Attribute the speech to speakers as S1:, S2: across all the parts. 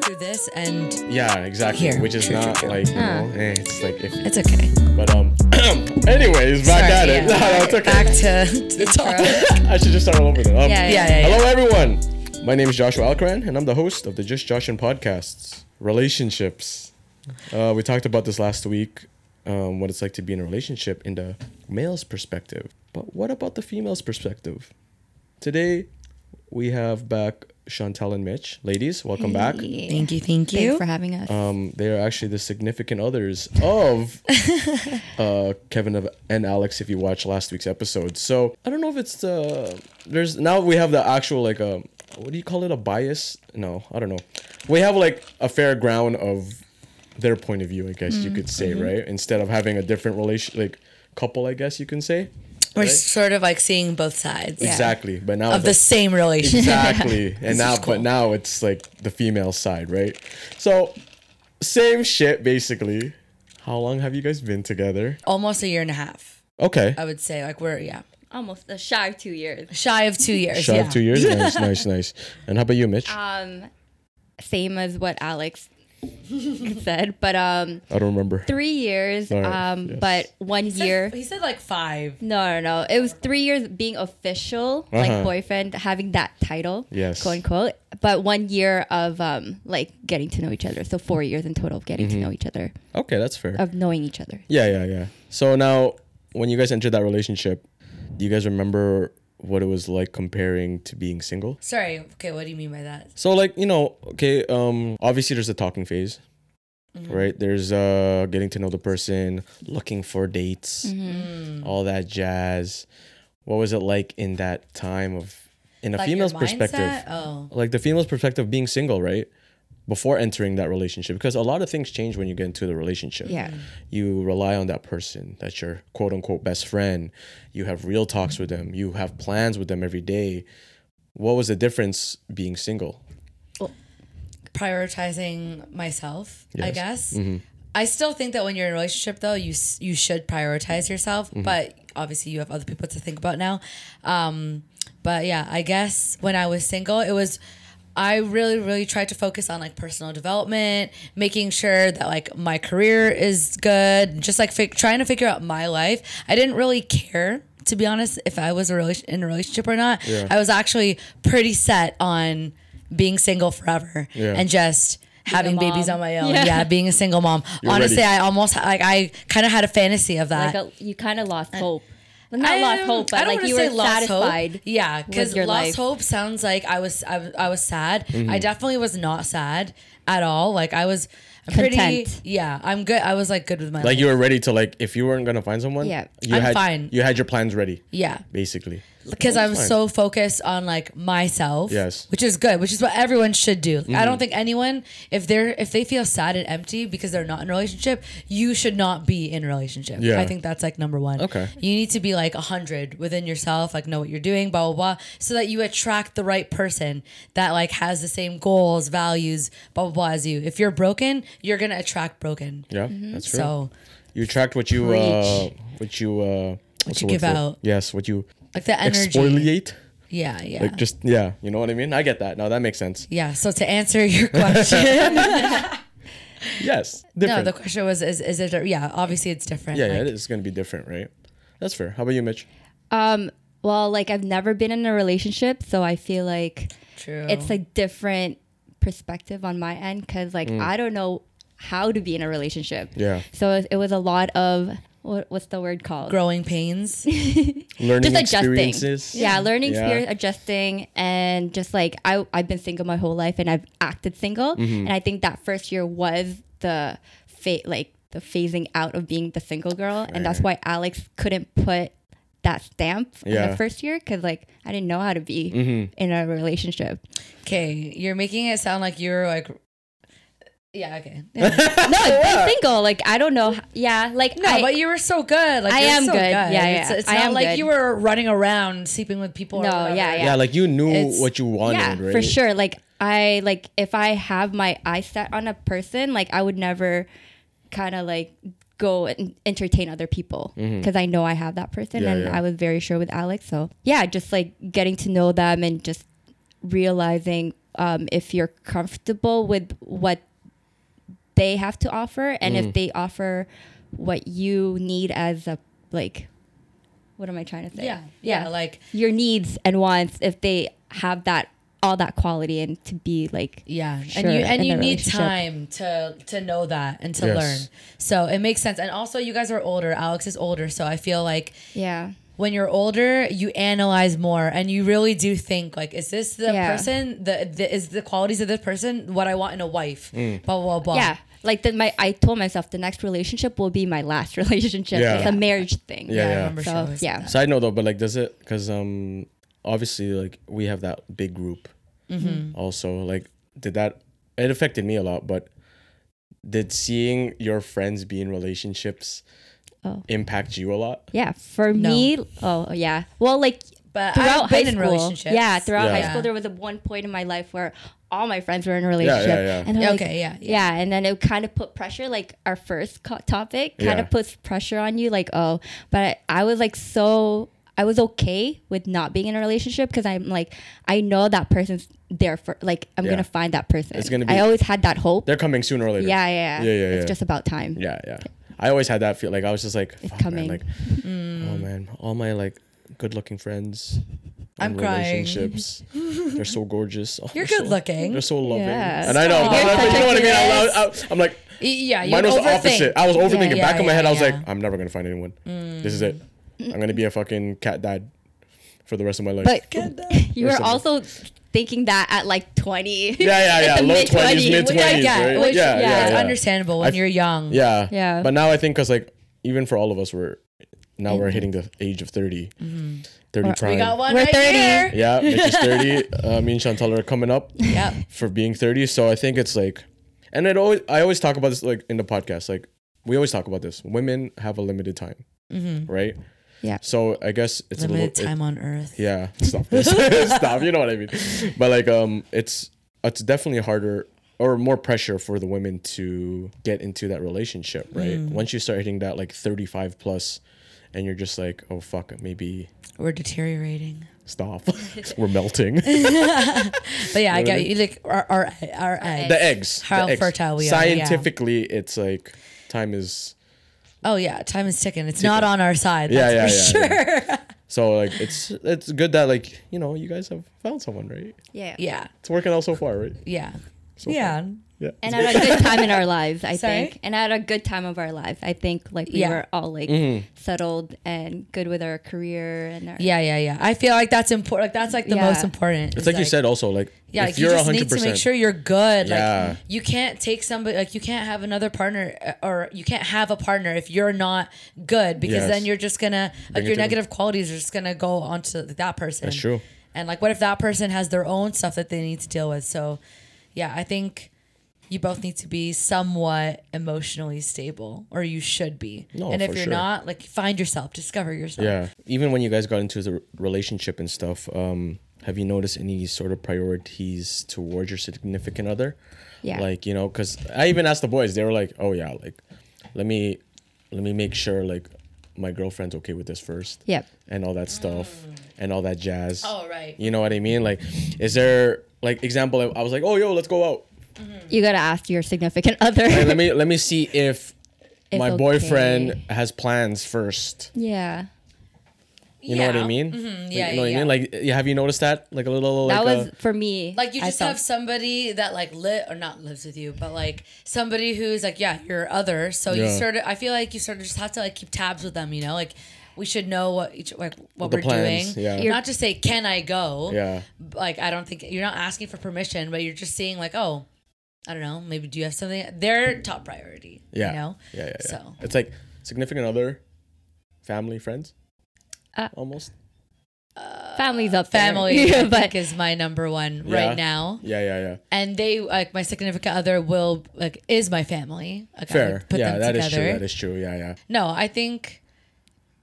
S1: through this and
S2: Yeah, exactly.
S1: Here.
S2: Which is
S1: True, true,
S2: not
S1: true.
S2: like you
S1: Ah.
S2: know, eh, it's like if.
S1: it's okay.
S2: But um, anyways, back
S1: Sorry,
S2: at it.
S1: yeah.
S2: No, no, it's okay.
S1: Back to, to the topic.
S2: I should just start all over then. Um,
S1: Yeah, yeah, yeah, yeah.
S2: Hello, everyone. My name is Joshua Alcran, and I'm the host of the Just Josh and podcasts, relationships. Uh, we talked about this last week, um, what it's like to be in a relationship in the male's perspective. But what about the female's perspective? Today, we have back Chantel and Mitch. Ladies, welcome back.
S1: Thank you, thank
S3: Thanks
S1: you.
S3: for having us.
S2: Um, they are actually the significant others of uh, Kevin of- and Alex. If you watched last week's episode, so I don't know if it's the there's now we have the actual like um what do you call it a bias? No, I don't know. We have like a fair ground of their point of view, I guess
S1: Mm,
S2: you could
S1: mm-hmm.
S2: say, right? Instead of having a different relation like couple, I guess you can say.
S1: We're
S2: Right?
S1: sort of like seeing both sides
S2: Exactly, but now
S1: of the same relationship.
S2: exactly and now but now it's like the female side right so same shit basically how long have you guys been together
S1: Almost a year and a half,
S2: okay
S1: I would say. Like we're yeah,
S3: Almost a shy of two years.
S1: shy of two years.
S2: shy
S1: yeah.
S2: of two years nice nice nice and how about you mitch
S3: Um, same as what Alex said, but um,
S2: i don't remember
S3: three years.
S2: All right,
S3: Um,
S2: yes.
S3: but one
S1: He said-
S3: year.
S1: He said like five.
S3: No, no, no. It was three years being official,
S2: Uh-huh.
S3: like boyfriend, having that title,
S2: Yes.
S3: quote unquote. But one year of um, like getting to know each other. So four years in total of getting
S2: Mm-hmm.
S3: to know each other,
S2: okay that's fair
S3: of knowing each other.
S2: yeah yeah yeah so now when you guys entered that relationship do you guys remember what it was like comparing to being single
S1: Sorry. Okay, what do you mean by that?
S2: So like, you know, okay, um obviously there's the talking phase.
S1: Mm-hmm.
S2: Right? There's uh getting to know the person, looking for dates,
S1: Mm-hmm.
S2: all that jazz. What was it like in that time of in a
S1: Like your
S2: female's
S1: mindset?
S2: perspective?
S1: Oh.
S2: Like the female's perspective of being single, right? Before entering that relationship because a lot of things change when you get into the relationship
S3: Yeah.
S2: you rely on that person that's your quote unquote best friend you have real talks with them you have plans with them every day what was the difference being single
S1: prioritizing myself, I
S2: Yes. Mm-hmm.
S1: guess. I still think that when you're in a relationship, though, you s- you should prioritize yourself.
S2: Mm-hmm.
S1: But obviously, you have other people to think about now. Um, but yeah, I guess when I was single, it was I really, really tried to focus on like personal development, making sure that like my career is good, just like fi- trying to figure out my life. I didn't really care. To be honest, if I was a rela- in a relationship or not, I was actually pretty set on being single forever
S2: Yeah.
S1: and just having
S3: mom.
S1: babies on my own. Yeah,
S3: Yeah.
S1: being a single mom. Honestly,
S2: ready.
S1: I almost like I kind of had a fantasy of that.
S3: Like a, you kind of lost hope. Well, Not
S1: I,
S3: lost
S1: um,
S3: hope,
S1: I
S3: but
S1: don't
S3: like
S1: wanna
S3: you
S1: say
S3: were
S1: lost hope.
S3: satisfied.
S1: Yeah, because
S3: with your
S1: lost
S3: life.
S1: hope sounds like I was I, was- I was sad.
S2: Mm-hmm.
S1: I definitely was not sad at all. Like I was pretty.
S3: Content.
S1: Yeah, I'm good. I was like good with my
S2: like
S1: life.
S2: you were ready to like if you weren't gonna find someone
S3: Yeah.
S2: you
S1: I'm
S2: had
S1: fine.
S2: you had your plans ready
S1: yeah.
S2: basically
S1: because
S2: That
S1: I'm
S2: was fine.
S1: so focused on like myself.
S2: Yes. Mm.
S1: which is good, which is what everyone should do. I don't think anyone if they're if they feel sad and empty because they're not in a relationship, you should not be in a relationship.
S2: Yeah.
S1: I think that's like number one.
S2: Okay.
S1: you need to be like a hundred within yourself, like know what you're doing, blah blah blah, so that you attract the right person that like has the same goals, values, blah blah blah as you. If you're broken, you're gonna attract broken.
S2: yeah that's true
S1: So
S2: you attract what you uh
S3: Preach.
S2: what you uh what's
S1: you
S2: the word
S1: give
S2: for it?
S1: out.
S2: yes what you
S1: like the energy.
S2: exfoliate
S1: Yeah, yeah.
S2: like just yeah you know what i mean i get that no that makes sense
S1: yeah. So to answer your question.
S2: yes
S1: No,
S2: different
S1: the question was, is, is it, yeah, obviously it's different.
S2: yeah,
S1: like,
S2: yeah it's gonna be different right that's fair how about you mitch
S3: Um, well, like I've never been in a relationship, so I feel like
S1: True.
S2: Oh.
S3: it's a different perspective on my end because like I don't know how to be in a relationship.
S2: Mm. Yeah.
S3: So it, it was a lot of what, what's the word called?
S1: growing pains.
S2: learning
S3: just adjusting.
S2: experiences
S3: Yeah, learning
S2: Yeah.
S3: experience, adjusting, and just like I I've been single my whole life and I've acted single,
S2: Mm-hmm.
S3: and I think that first year was the fa- like the phasing out of being the single girl, and that's why Alex couldn't put that stamp in
S2: Yeah.
S3: the first year because like I didn't know how to be
S2: Mm-hmm.
S3: in a relationship.
S1: Okay, you're making it sound like you're like, yeah, okay.
S3: No, I've been single. Like I don't know. h- Yeah, like
S1: No,
S3: I,
S1: but you were so good. Like,
S3: I
S1: you're
S3: am
S1: so
S3: good. Yeah, yeah.
S1: It's, it's
S3: I
S1: not
S3: am
S1: like
S3: good.
S1: you were running around sleeping with people. or
S3: No,
S1: whatever.
S3: yeah,
S2: yeah like you knew
S1: It's-
S2: what you wanted
S3: yeah,
S2: right
S3: for sure. Like I like if I have my eye set on a person, like I would never kind of like go and entertain other people because I know I have that person,
S2: Mm-hmm. Yeah,
S3: and
S2: yeah.
S3: I was very sure with Alex. So yeah, just like getting to know them and just realizing um, if you're comfortable with what they have to offer and
S2: Mm.
S3: if they offer what you need as a like what am i trying to say
S1: Yeah, yeah, like-
S3: your needs and wants if they have that all that quality and to be like
S1: Yeah,
S3: sure
S1: and you and
S3: in
S1: you
S3: the
S1: need
S3: relationship.
S1: time to to know that and to
S2: Yes.
S1: learn. So it makes sense. And also, you guys are older. Alex is older, so I feel like
S3: yeah
S1: when you're older, you analyze more and you really do think like, is this the
S3: Yeah.
S1: person? The, the is the qualities of this person what I want in a wife?
S2: Mm.
S1: Blah blah blah.
S3: yeah like the, my i told myself the next relationship will be my last relationship
S2: Yeah.
S3: it's a marriage thing
S2: Yeah,
S1: yeah. I
S2: yeah.
S1: remember she
S3: so
S1: always said
S3: yeah
S2: Side note though, but like, does it? Because um, obviously, like we have that big group.
S3: Mm-hmm.
S2: Also, like, did that? It affected me a lot, but did seeing your friends be in relationships
S3: Oh.
S2: impact you a lot?
S3: yeah for
S1: No.
S3: me oh yeah well like
S1: But I've
S3: throughout
S1: been in
S3: high school
S1: relationships.
S3: yeah throughout
S2: Yeah.
S3: high school there was a one point in my life where all my friends were in a relationship
S2: yeah.
S3: and they're like,
S1: Okay, yeah,
S3: yeah and then it kind of put pressure like our first co- topic kind
S2: Yeah.
S3: of puts pressure on you like oh but I, I was like so i was okay with not being in a relationship because i'm like i know that person's there for like i'm
S2: Yeah.
S3: gonna find that person
S2: It's gonna be-
S3: i always had that hope
S2: They're coming sooner or later.
S3: yeah yeah
S2: Yeah, yeah,
S3: it's
S2: yeah.
S3: just about time
S2: yeah, yeah. I always had that feel. Like I was just like, fuck, man,
S3: coming. Mm.
S2: like, oh man, all my like good-looking friends.
S1: I'm
S2: in
S1: crying.
S2: Relationships. they're so gorgeous. Oh,
S1: You're
S2: they're so-
S1: good-looking.
S2: They're so loving.
S3: Yeah.
S2: And I know,
S1: Stop.
S2: but,
S1: You're
S2: but you
S1: such a
S2: know what I mean. I,
S1: genius.
S2: I, I'm like,
S1: Y- yeah. You
S2: Mine was the opposite. I was overthinking.
S3: Yeah,
S2: Back
S1: yeah,
S2: of my head, I was
S1: yeah,
S2: like,
S1: yeah. Mm.
S2: I'm never gonna find anyone. This is it. I'm gonna be a fucking cat dad for the rest of my life.
S3: but
S1: overthinking.
S3: you
S2: Or
S3: were
S2: something.
S3: also thinking that at like 20
S2: yeah, yeah,
S3: At the
S2: low 20s, mid
S3: which I
S2: 20s,
S3: get,
S2: right?
S3: which-
S2: Yeah, yeah,
S1: It's
S2: yeah.
S1: understandable when
S2: I-
S1: you're young.
S2: yeah,
S3: Yeah.
S2: But now I think, cause like even for all of us, we're now we're hitting the age of 30, 30 prime.
S1: We got one
S3: We're
S1: Mm. Mm-hmm. right
S3: 30.
S1: here.
S2: Yeah, Mickey's 30. uh, me and Chantal are coming up
S1: Yep.
S2: for being 30. So I think it's like, and it always I always talk about this like in the podcast. Like we always talk about this. Women have a limited time, right?
S3: Yeah.
S2: So I guess it's a
S1: Mm-hmm. Limited
S2: little. it-
S1: time on Earth.
S2: Yeah, stop this. stop. You know what I mean. But like, um, it's it's definitely harder or more pressure for the women to get into that relationship, right?
S1: Mm.
S2: Once you start hitting that like thirty five plus, and you're just like, oh fuck, maybe
S1: We're deteriorating.
S2: stop. We're melting.
S1: But yeah, I get you. Like our our, our eggs.
S2: the eggs.
S1: How
S2: the eggs.
S1: fertile we are, yeah.
S2: Scientifically, it's like time is
S1: Oh yeah, time is ticking. It's not on our side.
S2: Yeah,
S1: That's for
S2: yeah, yeah,
S1: sure.
S2: so like it's it's good that like you know you guys have found someone, right?
S3: yeah
S1: Yeah,
S2: It's working out so far, right?
S1: yeah,
S2: So
S1: yeah.
S2: Yeah.
S3: and at a good time in our lives, I
S1: Sorry?
S3: think. And at a good time of our lives, I think. Like we
S1: Yeah.
S3: were all like
S2: Mm-hmm.
S3: settled and good with our career and our
S1: Yeah, yeah, yeah. I feel like that's important. Like that's like the
S3: Yeah.
S1: most important.
S2: it's
S1: is,
S2: like, you said also like
S1: Yeah,
S2: if
S1: like,
S2: you're
S1: you just
S2: hundred
S1: need to make
S2: percent
S1: sure you're good.
S2: Yeah.
S1: Like you can't take somebody like you can't have another partner uh, or you can't have a partner if you're not good because
S2: Yes.
S1: then you're just gonna like your
S2: it to them.
S1: negative qualities are just gonna go onto that person.
S2: That's true.
S1: And like what if that person has their own stuff that they need to deal with? So yeah, I think you both need to be somewhat emotionally stable or you should be.
S2: No,
S1: and if
S2: for
S1: you're
S2: sure.
S1: not, like find yourself, discover yourself.
S2: Yeah. Even when you guys got into the r- relationship and stuff, um, have you noticed any sort of priorities towards your significant other?
S3: Yeah.
S2: Like, you know, because I even asked the boys, they were like, oh, yeah, like, let me, let me make sure, like, my girlfriend's okay with this first.
S3: Yep.
S2: And all that stuff and all that jazz.
S1: Oh, right.
S2: You know what I mean? Like, is there, like, example, I- I was like, oh, yo, let's go out.
S3: You gotta ask your significant other.
S2: Hey, let me, let me see if
S3: It's
S2: my
S3: okay.
S2: boyfriend has plans first.
S3: yeah.
S2: You know what I
S1: Yeah. Mm-hmm.
S2: mean? Like,
S1: yeah,
S2: you know what
S1: yeah,
S2: I mean? Like, y- have you noticed that? Like a little, like uh,
S3: that was
S2: a,
S3: for me.
S1: Like you
S3: I
S1: just
S3: felt-
S1: have somebody that like lit or not lives with you, but like somebody who's like yeah, you're other. So you
S2: Yeah.
S1: sort of I feel like you sort of just have to like keep tabs with them. You know, like we should know what each like what
S2: The
S1: we're
S2: plans,
S1: doing.
S2: yeah. You're-
S1: Not just say can I go.
S2: uh, yeah,
S1: Like I don't think you're not asking for permission, but you're just seeing like oh, I don't know, maybe do you have something? Their top priority.
S2: yeah,
S1: You know.
S2: yeah, yeah, yeah.
S1: So
S2: It's like significant other, family, friends,
S3: Uh,
S2: almost.
S3: family's up there.
S1: family I
S3: but
S1: think is my number one
S2: Yeah.
S1: right now.
S2: Yeah, yeah, yeah.
S1: and they like my significant other will like is my family. Like, I
S2: Fair.
S1: would put
S2: yeah,
S1: them
S2: that is
S1: together.
S2: true. That is true. Yeah, yeah.
S1: no, I think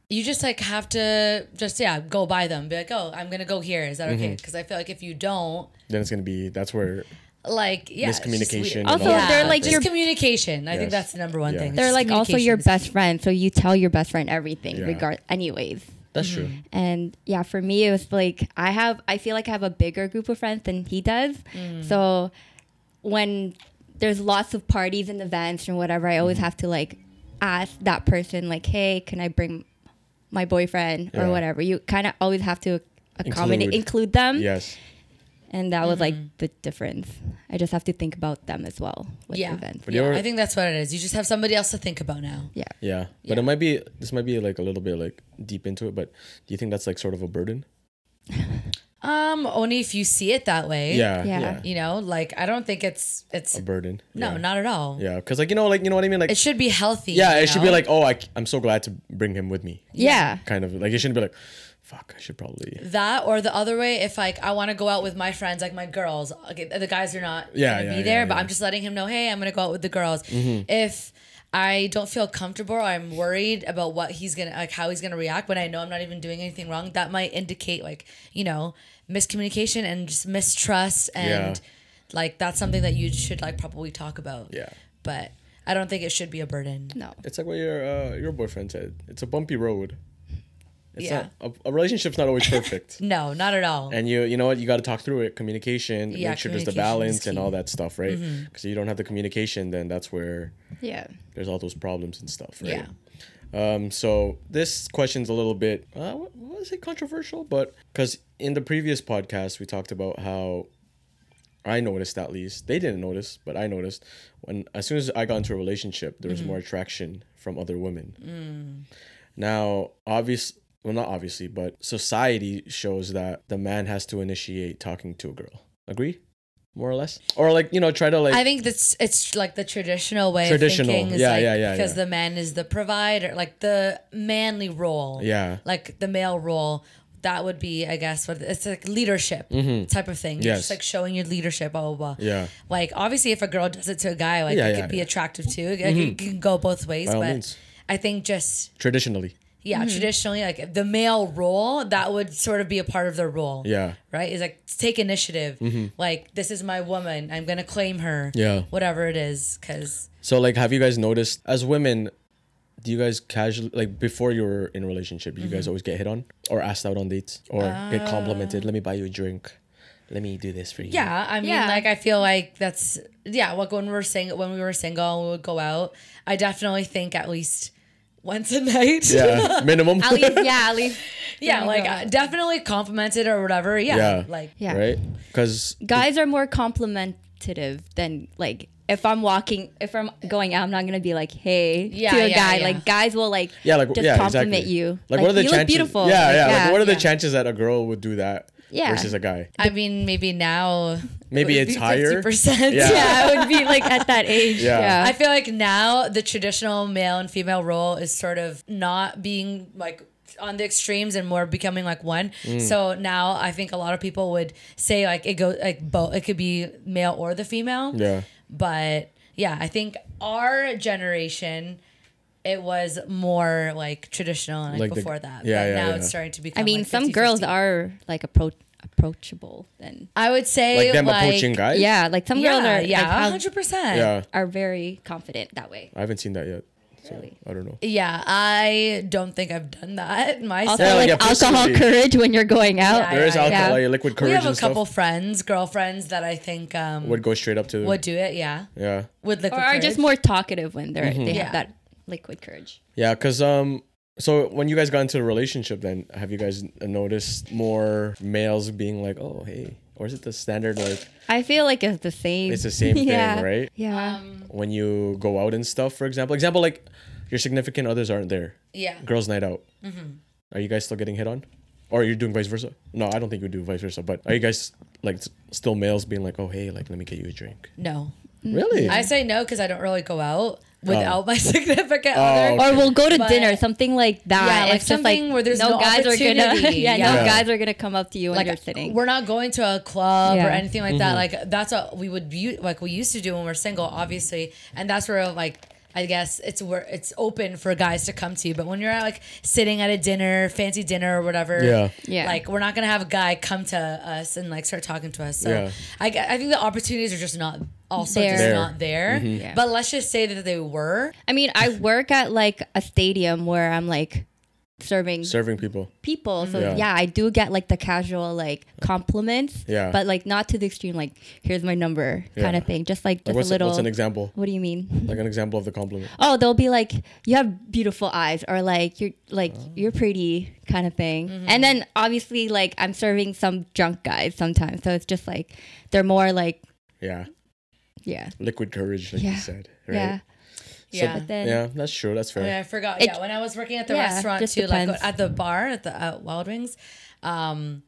S1: you just like have to just yeah go by them. Be like, oh, I'm gonna go here. Is that okay?
S2: Mm-hmm.
S1: Because I feel like if you don't,
S2: Then it's gonna be that's where
S1: like yeah, it's just
S2: Miscommunication
S1: weird.
S2: and
S3: Also, all that they're, stuff like, is-
S1: just
S3: your-
S1: communication. I think
S2: Yes.
S1: that's the number one
S2: Yeah.
S1: thing.
S3: they're
S1: Just
S3: like also
S1: communication
S3: your
S1: is
S3: best friend, so you tell your best friend everything,
S2: Yeah.
S3: regard anyways.
S2: That's true.
S1: Mm-hmm.
S3: And yeah, for me, it was like I have, I feel like I have a bigger group of friends than he does. So when there's lots of parties and events and whatever, I always have to like ask that person, like, hey, can I bring my boyfriend
S2: Yeah.
S3: or whatever? You kind of always have to accommodate,
S2: Include.
S3: include, them.
S2: Yes.
S3: And that was like the difference. I just have to think about them as well with
S1: Yeah.
S3: events.
S2: But you ever,
S1: I think that's what it is. You just have somebody else to think about now.
S3: Yeah.
S2: yeah. But it might be this might be like a little bit like deep into it, but do you think that's like sort of a burden?
S1: Um, only if you see it that way.
S2: Yeah.
S3: Yeah.
S2: Yeah.
S1: You know, like I don't think it's it's
S2: A burden.
S1: no,
S2: Yeah.
S1: not at all.
S2: Yeah, because like you know, like you know what I mean. Like
S1: It should be healthy.
S2: yeah,
S1: you
S2: it should be
S1: know?
S2: like oh, I, am so glad to bring him with me.
S3: Yeah.
S2: Kind of like it shouldn't be like, fuck, I should probably.
S1: that or the other way if like I want to go out with my friends, like my girls. Okay, the guys are not
S2: Yeah,
S1: gonna
S2: yeah,
S1: be
S2: yeah,
S1: there, but
S2: yeah. Mm-hmm.
S1: I'm just letting him know, hey, I'm gonna go out with the girls. If I don't feel comfortable or I'm worried about what he's gonna like how he's gonna react when I know I'm not even doing anything wrong, that might indicate like, you know, miscommunication and just mistrust and
S2: Yeah.
S1: like that's something that you should like probably talk about.
S2: Yeah,
S1: But I don't think it should be a burden.
S3: No.
S2: it's like what your uh, your boyfriend said. It's a bumpy road. It's
S1: Yeah.
S2: not a, a relationship. Not always perfect,
S1: No, not at all.
S2: and you you know what you got to talk through it. Communication,
S1: Yeah,
S2: make sure there's
S1: communication
S2: the
S1: is
S2: balance and
S1: key. Mm-hmm.
S2: all that stuff, right? Because you don't have the communication, then that's where
S3: Yeah.
S2: there's all those problems and stuff,
S1: Yeah.
S2: right? Um, so this question's a little bit, uh, what was it controversial? But because in the previous podcast we talked about how I noticed at least they didn't notice, but I noticed when as soon as I got into a relationship, there was more attraction from other women. Now, obvious, well, not obviously, but society shows that the man has to initiate talking to a girl. Agree, more or less, or like you know, try to like
S1: I think that's it's like the traditional way
S2: Traditional.
S1: of thinking is
S2: Yeah,
S1: like
S2: yeah, yeah,
S1: because
S2: yeah.
S1: the man is the provider, like the manly role.
S2: Yeah.
S1: Like the male role. That would be, I guess, what it's like leadership type of thing.
S2: Mm-hmm. Yes.
S1: Just like showing your leadership, blah blah blah.
S2: Yeah.
S1: Like obviously if a girl does it to a guy, like
S2: Yeah,
S1: it
S2: yeah,
S1: could be
S2: yeah. Mm-hmm.
S1: attractive too. Like, It can go both ways.
S2: all
S1: but
S2: means.
S1: I think just
S2: traditionally,
S1: yeah, traditionally like the male role, that would sort of be a part of their role
S2: yeah.
S1: right? Is like take initiative. Like this is my woman. I'm gonna claim her.
S2: Mm-hmm. Yeah.
S1: Whatever it is, because
S2: So like have you guys noticed as women do you guys casually like before you were in a relationship, you
S1: Mm-hmm.
S2: guys always get hit on or asked out on dates or get complimented, let me buy you a drink. Let me do this for you.
S1: Uh, yeah, I mean,
S3: Yeah.
S1: like I feel like that's yeah. Like when we were sing- when we were single, and we would go out. I definitely think at least once a night.
S2: Yeah, minimum.
S3: At least, yeah, at least.
S1: yeah,
S3: Oh my
S1: like
S3: God.
S1: uh, definitely complimented or whatever. Yeah,
S2: Yeah.
S1: like
S3: Yeah.
S2: Right? Cuz
S3: guys are more complimentative than like if I'm walking, if I'm going out, I'm not gonna be like, "Hey,"
S1: Yeah,
S3: to a
S1: yeah,
S3: guy.
S1: yeah.
S3: Like guys will like,
S2: yeah, like
S3: just
S2: yeah,
S3: compliment
S2: exactly.
S3: you.
S2: Like, what are the
S3: you
S2: chances?
S3: look beautiful.
S2: Yeah, yeah. like what are the
S3: yeah.
S2: chances that a girl would do that
S3: Yeah.
S2: versus a guy?
S1: I mean, maybe now
S2: Maybe it's higher.
S1: percent.
S2: Yeah.
S3: Yeah, it would be like at that age.
S2: Yeah.
S3: Yeah,
S1: I feel like now the traditional male and female role is sort of not being like on the extremes and more becoming like one.
S2: Mm.
S1: So now I think a lot of people would say like it goes like both. It could be male or the female.
S2: Yeah.
S1: But yeah, I think our generation. It was more like traditional like,
S2: Like the-
S1: before that.
S2: yeah,
S1: but
S2: yeah,
S1: now
S2: yeah.
S1: it's starting to become.
S3: I mean,
S1: like,
S3: some
S1: 50,
S3: girls
S1: 50.
S3: are like appro- approachable. Then
S1: I would say
S2: Like
S1: like
S2: them approaching guys?
S3: yeah, like some girls
S1: Yeah,
S3: are
S1: yeah,
S3: yeah
S1: hundred percent.
S2: Yeah.
S3: are very confident that way.
S2: I haven't seen that yet.
S3: Really.
S2: I don't know.
S1: Yeah, I don't think I've done that myself.
S3: Also,
S2: Yeah, like
S3: like,
S2: a pussy
S3: alcohol
S2: lady.
S3: courage when you're going out.
S1: Yeah,
S2: There is alcohol,
S3: yeah.
S2: like, liquid
S1: we
S2: courage
S1: have a
S2: and stuff.
S1: couple friends, girlfriends that I think um, would
S2: Would go straight up to them.
S1: do it. Yeah,
S2: Yeah.
S1: would liquid
S3: or are
S1: courage.
S3: just more talkative when they're
S2: Mm-hmm.
S3: they
S1: Yeah.
S3: have that liquid courage.
S2: Yeah, cause um, so when you guys got into a relationship, then have you guys noticed more males being like, "Oh, hey," or is it the standard like
S3: I feel like it's the same.
S2: it's the same
S3: yeah.
S2: thing, right?
S3: Yeah.
S1: Um,
S2: When you go out and stuff, for example, example like your significant others aren't there,
S1: yeah. Mm-hmm.
S2: girls' night out. Are you guys still getting hit on, or you're doing vice versa? No, I don't think you do vice versa. But are you guys like s- still males being like, "Oh, hey, like let me get you a drink"?
S1: No,
S3: Mm-hmm.
S2: Really?
S1: I say no because I don't really go out without my significant other.
S2: okay.
S3: or we'll go to
S1: But-
S3: dinner, something like that.
S1: Yeah, like
S3: it's just like
S1: something where there's no
S3: guys are gonna,
S1: opportunity.
S3: yeah,
S1: Yeah.
S3: no guys are gonna come up to you when
S1: like
S3: you're sitting.
S1: we're not going to a club or
S3: Yeah.
S1: anything like that
S2: Mm-hmm.
S1: like that's what we would u- like we used to do when we are single obviously and that's where like I guess it's where it's open for guys to come to you, but when you're like sitting at a dinner, fancy dinner or whatever,
S2: Yeah.
S3: Yeah.
S1: like we're not gonna have a guy come to us and like start talking to us. So
S2: Yeah.
S1: I, gue- I think the opportunities are just not also
S3: There.
S1: just
S2: There. Mm-hmm.
S1: not there.
S3: Yeah.
S1: But let's just say that they were.
S3: I mean, I work at like a stadium where I'm like serving
S2: serving people.
S3: people. So
S2: Yeah.
S3: yeah. I do get like the casual like compliments.
S2: Yeah.
S3: But like not to the extreme like here's my number kind
S2: Yeah.
S3: of thing. Just like just
S2: Like what's,
S3: a little.
S2: what's an example?
S3: what do you mean?
S2: Like an example of the compliment.
S3: Oh, they'll be like, "You have beautiful eyes," or like, "You're like
S1: Oh.
S3: you're pretty," kind of thing.
S1: Mm-hmm.
S3: And then obviously, like, I'm serving some drunk guys sometimes, so it's just like they're more like,
S2: Yeah.
S3: yeah,
S2: Liquid courage, like you
S3: Yeah.
S2: said. Right?
S3: yeah,
S1: Yeah.
S3: But then,
S2: Yeah, that's true. That's fair.
S1: I mean, I forgot.
S3: It-
S1: Oh, yeah, when I was working at the
S3: Yeah,
S1: restaurant
S3: just
S1: too, like
S3: depends.
S1: at the bar at the at Wild Wings, um,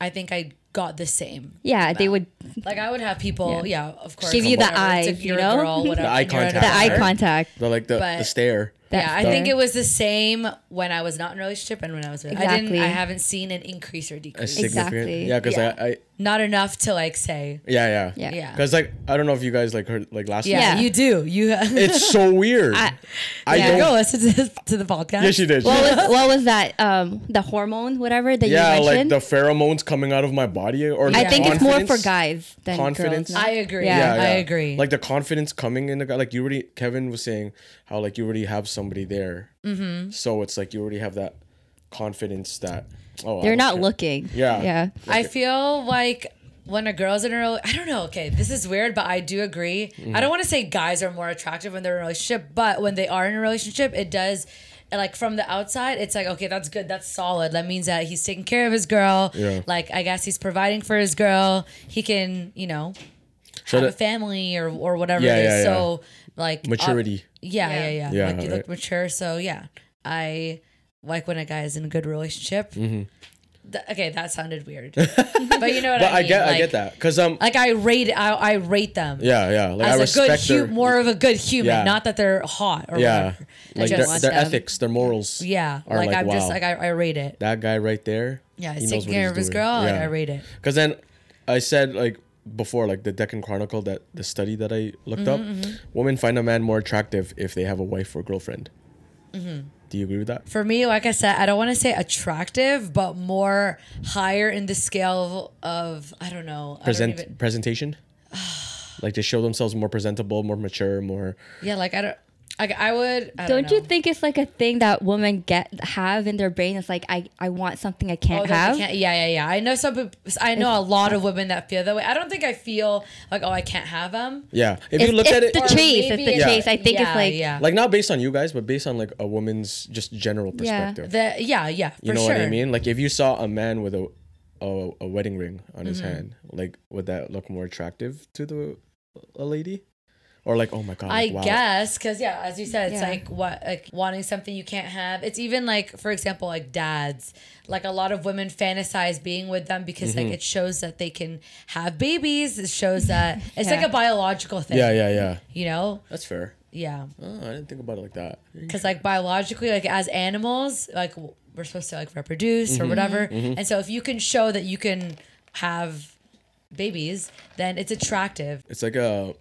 S1: I think I got the same.
S3: yeah, they would
S1: Like I would have people, yeah, of course,
S3: Give you the
S1: whatever, it's
S3: eyes,
S1: a-
S3: you
S1: you're a
S3: know?
S1: girl,
S3: The
S1: whatever,
S2: eye
S1: and you're at a
S2: contact, Yeah.
S3: the eye
S1: bar.
S3: contact.
S2: The, like the, the
S1: But-
S2: stare.
S3: That
S1: Yeah, I
S3: stare.
S1: think it was the same when I was not in a relationship and when I was. With, I didn't.
S3: Exactly.
S1: I haven't seen an increase or
S2: A
S1: decrease.
S2: significant.
S3: Exactly.
S2: Yeah, because
S1: Yeah.
S2: I, I,
S1: Not enough to like say.
S2: yeah, yeah.
S3: Yeah.
S1: Yeah.
S2: Because like, I don't know if you guys like heard like last
S1: Yeah,
S2: week.
S3: Yeah.
S1: you do. You.
S2: It's so weird. I,
S3: yeah.
S1: Go
S2: don't.
S1: listen to, this, to the podcast.
S2: Yes, she did.
S3: What was, what was that? Um, the hormone, whatever that
S2: yeah,
S3: you
S2: like
S3: mentioned.
S2: the pheromones coming out of my body, or
S3: I
S2: the
S3: think it's more for
S2: confidence.
S3: guys than
S2: Confidence.
S3: girls. no?
S1: I agree.
S3: Yeah.
S1: I agree.
S2: Like the confidence coming in the guy, like you already. Kevin was saying how like you already have somebody there, mm-hmm. so it's like you already have that confidence that oh I
S3: They're
S2: don't
S3: not
S2: care.
S3: looking.
S2: Yeah.
S3: yeah.
S1: I feel like when a girl's in a relationship, I don't know. Okay, this is weird, but I do agree. I don't want to say guys are more attractive when they're in a relationship, but when they are in a relationship, it does. and, Like from the outside, it's like okay, that's good, that's solid. That means that he's taking care of his girl.
S2: Yeah.
S1: Like I guess he's providing for his girl. He can, you know,
S2: So
S1: have a
S2: that,
S1: family or or whatever
S2: Yeah,
S1: it is.
S2: yeah, yeah.
S1: So like uh, ob-
S2: maturity.
S1: yeah, yeah, yeah.
S2: Yeah,
S1: like you
S2: right.
S1: look mature. So yeah, I like when a guy is in a good relationship.
S2: Mm-hmm.
S1: Th- okay, that sounded weird, but you know what
S2: but
S1: I
S2: I
S1: mean.
S2: get,
S1: like,
S2: I get that because um,
S1: Like I rate, I, I rate them.
S2: yeah, yeah, like I
S1: As a good,
S2: respect
S1: hu-
S2: their,
S1: more of a good human,
S2: Yeah.
S1: not that they're hot or
S2: yeah,
S1: whatever. I
S2: like
S1: just
S2: their,
S1: want
S2: their
S1: them.
S2: ethics, their morals.
S1: Yeah,
S2: are
S1: like,
S2: like,
S1: I'm just
S2: wow.
S1: like I, I rate it.
S2: that guy right there.
S1: Yeah,
S2: he
S1: he's
S2: knows
S1: taking
S2: what
S1: care of his
S2: doing.
S1: girl. Like
S2: Yeah.
S1: I rate it.
S2: Because then I said like before, like the Deccan Chronicle, that the study that I looked
S1: Mm-hmm,
S2: up, women find a man more attractive if they have a wife or girlfriend. Do you agree with that?
S1: For me, like Mm-hmm. I said, I don't want to say attractive, but more higher in the scale of I don't know. I don't
S2: Present
S1: even-
S2: presentation. like they show themselves more presentable, more mature, more.
S1: yeah, like I don't. Like I would. I
S3: Don't
S1: know.
S3: you think it's like a thing that women get have in their brain? It's like I, I want something I can't
S1: Oh, that
S3: have.
S1: they can't, yeah, yeah, yeah. I know some. peop- I know a lot of women that feel that way. I don't think I feel like oh, I can't have them.
S2: Yeah, if
S3: It's,
S2: you look
S3: it's
S2: at it,
S3: the
S1: Or
S3: chase. It's
S1: maybe
S3: the
S1: it's-
S3: chase. I think
S1: yeah,
S3: it's like
S1: yeah,
S2: like not based on you guys, but based on like a woman's just general
S3: Yeah.
S2: perspective.
S1: the yeah, yeah. For
S2: You know
S1: sure.
S2: what I mean? Like if you saw a man with a a, a wedding ring on
S1: Mm-hmm.
S2: his hand, like would that look more attractive to the a lady? Or like, oh my god,
S1: I
S2: like, wow.
S1: guess because yeah, as you said, it's
S3: Yeah.
S1: like what like wanting something you can't have. It's even like for example, like dads. Like a lot of women fantasize being with them because
S2: Mm-hmm.
S1: like it shows that they can have babies. It shows that it's
S3: Yeah.
S1: like a biological thing.
S2: Yeah, yeah, yeah.
S1: You know,
S2: That's fair.
S1: yeah.
S2: Oh, I didn't think about it like that.
S1: because like biologically like as animals like w- we're supposed to like reproduce
S2: Mm-hmm.
S1: or whatever and so if you can show that you can have babies then it's attractive
S2: It's like a,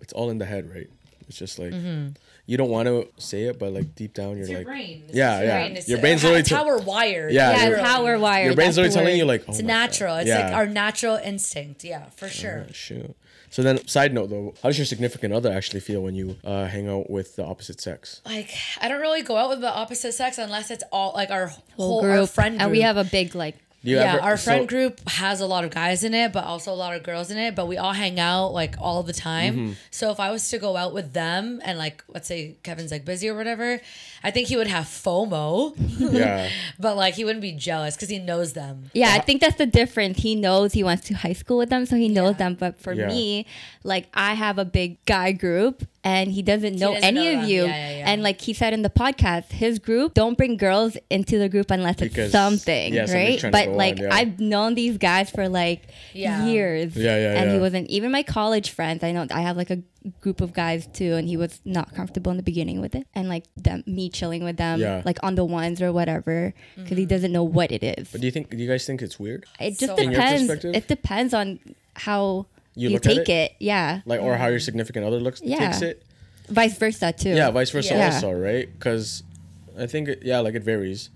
S2: it's all in the head, right? It's just like
S1: Mm-hmm.
S2: you don't want to say it, but like deep down, you're like, yeah, yeah. your brain's
S1: how,
S2: literally,
S1: it's
S2: t-
S1: how we're wired
S2: Yeah,
S3: yeah,
S2: you're-
S3: it's how we're wired.
S2: your brain's
S3: That's
S2: literally
S3: the
S2: telling
S3: word.
S2: you like, oh
S1: it's
S2: my God.
S1: natural it's like
S2: Yeah. Mm-hmm.
S1: our natural instinct yeah for sure
S2: shoot. So then, side note though, how does your significant other actually feel when you uh, hang out with the opposite sex?
S1: like i don't really go out with the opposite sex unless it's all like our whole,
S3: whole
S1: our
S3: group,
S1: friend
S3: and we
S1: group.
S3: have a big like.
S2: Do you
S1: yeah,
S2: ever-
S1: our
S2: so-
S1: friend group has a lot of guys in it, but also a lot of girls in it. But we all hang out like all the time.
S2: Mm-hmm.
S1: So if I was to go out with them and like let's say Kevin's like busy or whatever, I think he would have FOMO,
S2: Yeah.
S1: but like he wouldn't be jealous because he knows them.
S3: Yeah, I think that's the difference. He knows he wants to high school with them, so he knows them. But for
S2: Yeah.
S3: me, like I have a big guy group, and he doesn't know
S1: doesn't
S3: any
S1: know
S3: of
S1: them.
S3: you.
S1: Yeah, yeah, yeah.
S3: And like he said in the podcast, his group don't bring girls into the group unless
S2: Because-
S3: it's something,
S2: yeah, something's
S3: right?
S2: trying to
S3: But
S2: go
S3: like
S2: on, yeah.
S3: I've known these guys for like
S1: Yeah.
S3: years.
S2: Yeah, yeah,
S3: And he
S2: yeah.
S3: wasn't even my college friends. I know I have like a group of guys too, and he was not comfortable in the beginning with it. And like them, me chilling with them,
S2: Yeah. Mm-hmm.
S3: like on the ones or whatever, because he doesn't know what it is.
S2: But do you think? Do you guys think it's weird?
S3: It just
S1: So In your
S3: depends.
S2: perspective?
S3: It depends on how
S2: You
S3: you,
S2: look at
S3: take
S2: it?
S3: it? Yeah.
S2: Like, or how your significant other looks
S3: Mm. Yeah.
S2: takes it?
S3: Vice versa too.
S2: Yeah, vice versa
S3: Yeah.
S2: also, right? Because I think it- yeah, like it varies.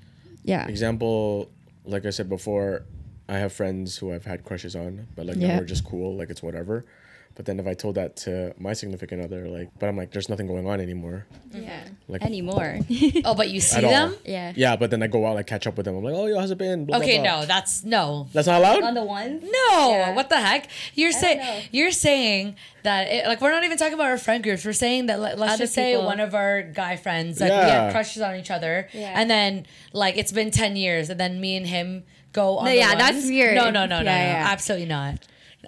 S3: Yeah.
S2: Example, like I said before, I have friends who I've had crushes on, but like now
S3: Yeah.
S2: we're just cool, like it's whatever. But then if I told that to my significant other, like, but I'm like, there's nothing going on anymore.
S3: Yeah.
S2: Like,
S3: Anymore.
S1: Oh, but you see
S2: At all.
S1: them?
S3: yeah.
S2: Yeah, but then I go out, like, catch up with them. I'm like, oh, yo, how's it been? Blah, blah,
S1: Okay,
S2: blah.
S1: no, that's no.
S2: That's not allowed.
S3: On the ones.
S1: No,
S3: Yeah.
S1: what the heck? You're
S3: don't know.
S1: saying you're saying that it, like we're not even talking about our friend groups. We're saying that let, us
S3: Other
S1: just say
S3: people.
S1: one of our guy friends like we
S2: Yeah.
S1: have crushes on each other,
S3: Yeah.
S1: and then like it's been ten years, and then me and him go on.
S3: No,
S1: the
S3: yeah, that's
S1: ones.
S3: weird.
S1: No, no, no, no,
S3: Yeah,
S1: no,
S3: yeah.
S1: absolutely not.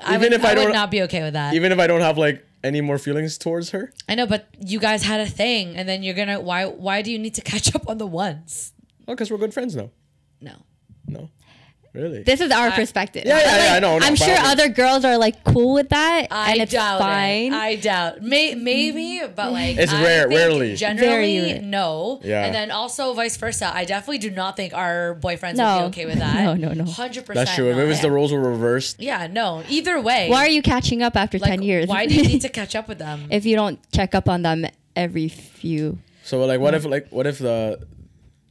S1: I
S2: Even
S1: would,
S2: if
S1: I,
S2: I
S1: would
S2: don't-
S1: not be okay with that.
S2: Even if I don't have like any more feelings towards her.
S1: I know, but you guys had a thing, and then you're gonna why why do you need to catch up on the ones?
S2: Oh, because we're good friends now.
S1: No.
S2: No, really.
S3: This is our perspective.
S2: Yeah, yeah,
S3: But,
S2: yeah,
S3: like,
S2: I know, no,
S3: I'm
S2: by
S3: sure
S2: all means.
S3: other girls are like cool with that,
S1: I
S3: and it's
S1: doubt
S3: fine.
S1: It. I doubt. May, maybe, but like
S2: It's
S1: I
S2: rare-
S1: think
S2: rarely.
S1: Generally,
S3: Very rare.
S1: no.
S2: Yeah.
S1: And then also vice versa. I definitely do not think our boyfriends
S3: No.
S1: would be okay with that.
S3: No, no, no.
S1: Hundred percent.
S2: That's true. If it was the roles were reversed,
S1: yeah, no. Either way,
S3: why are you catching up after
S1: like,
S3: ten years?
S1: Why do you need to catch up with them?
S3: if you don't check up on them every few?
S2: so like, what if
S3: Mm-hmm.
S2: like, what if the,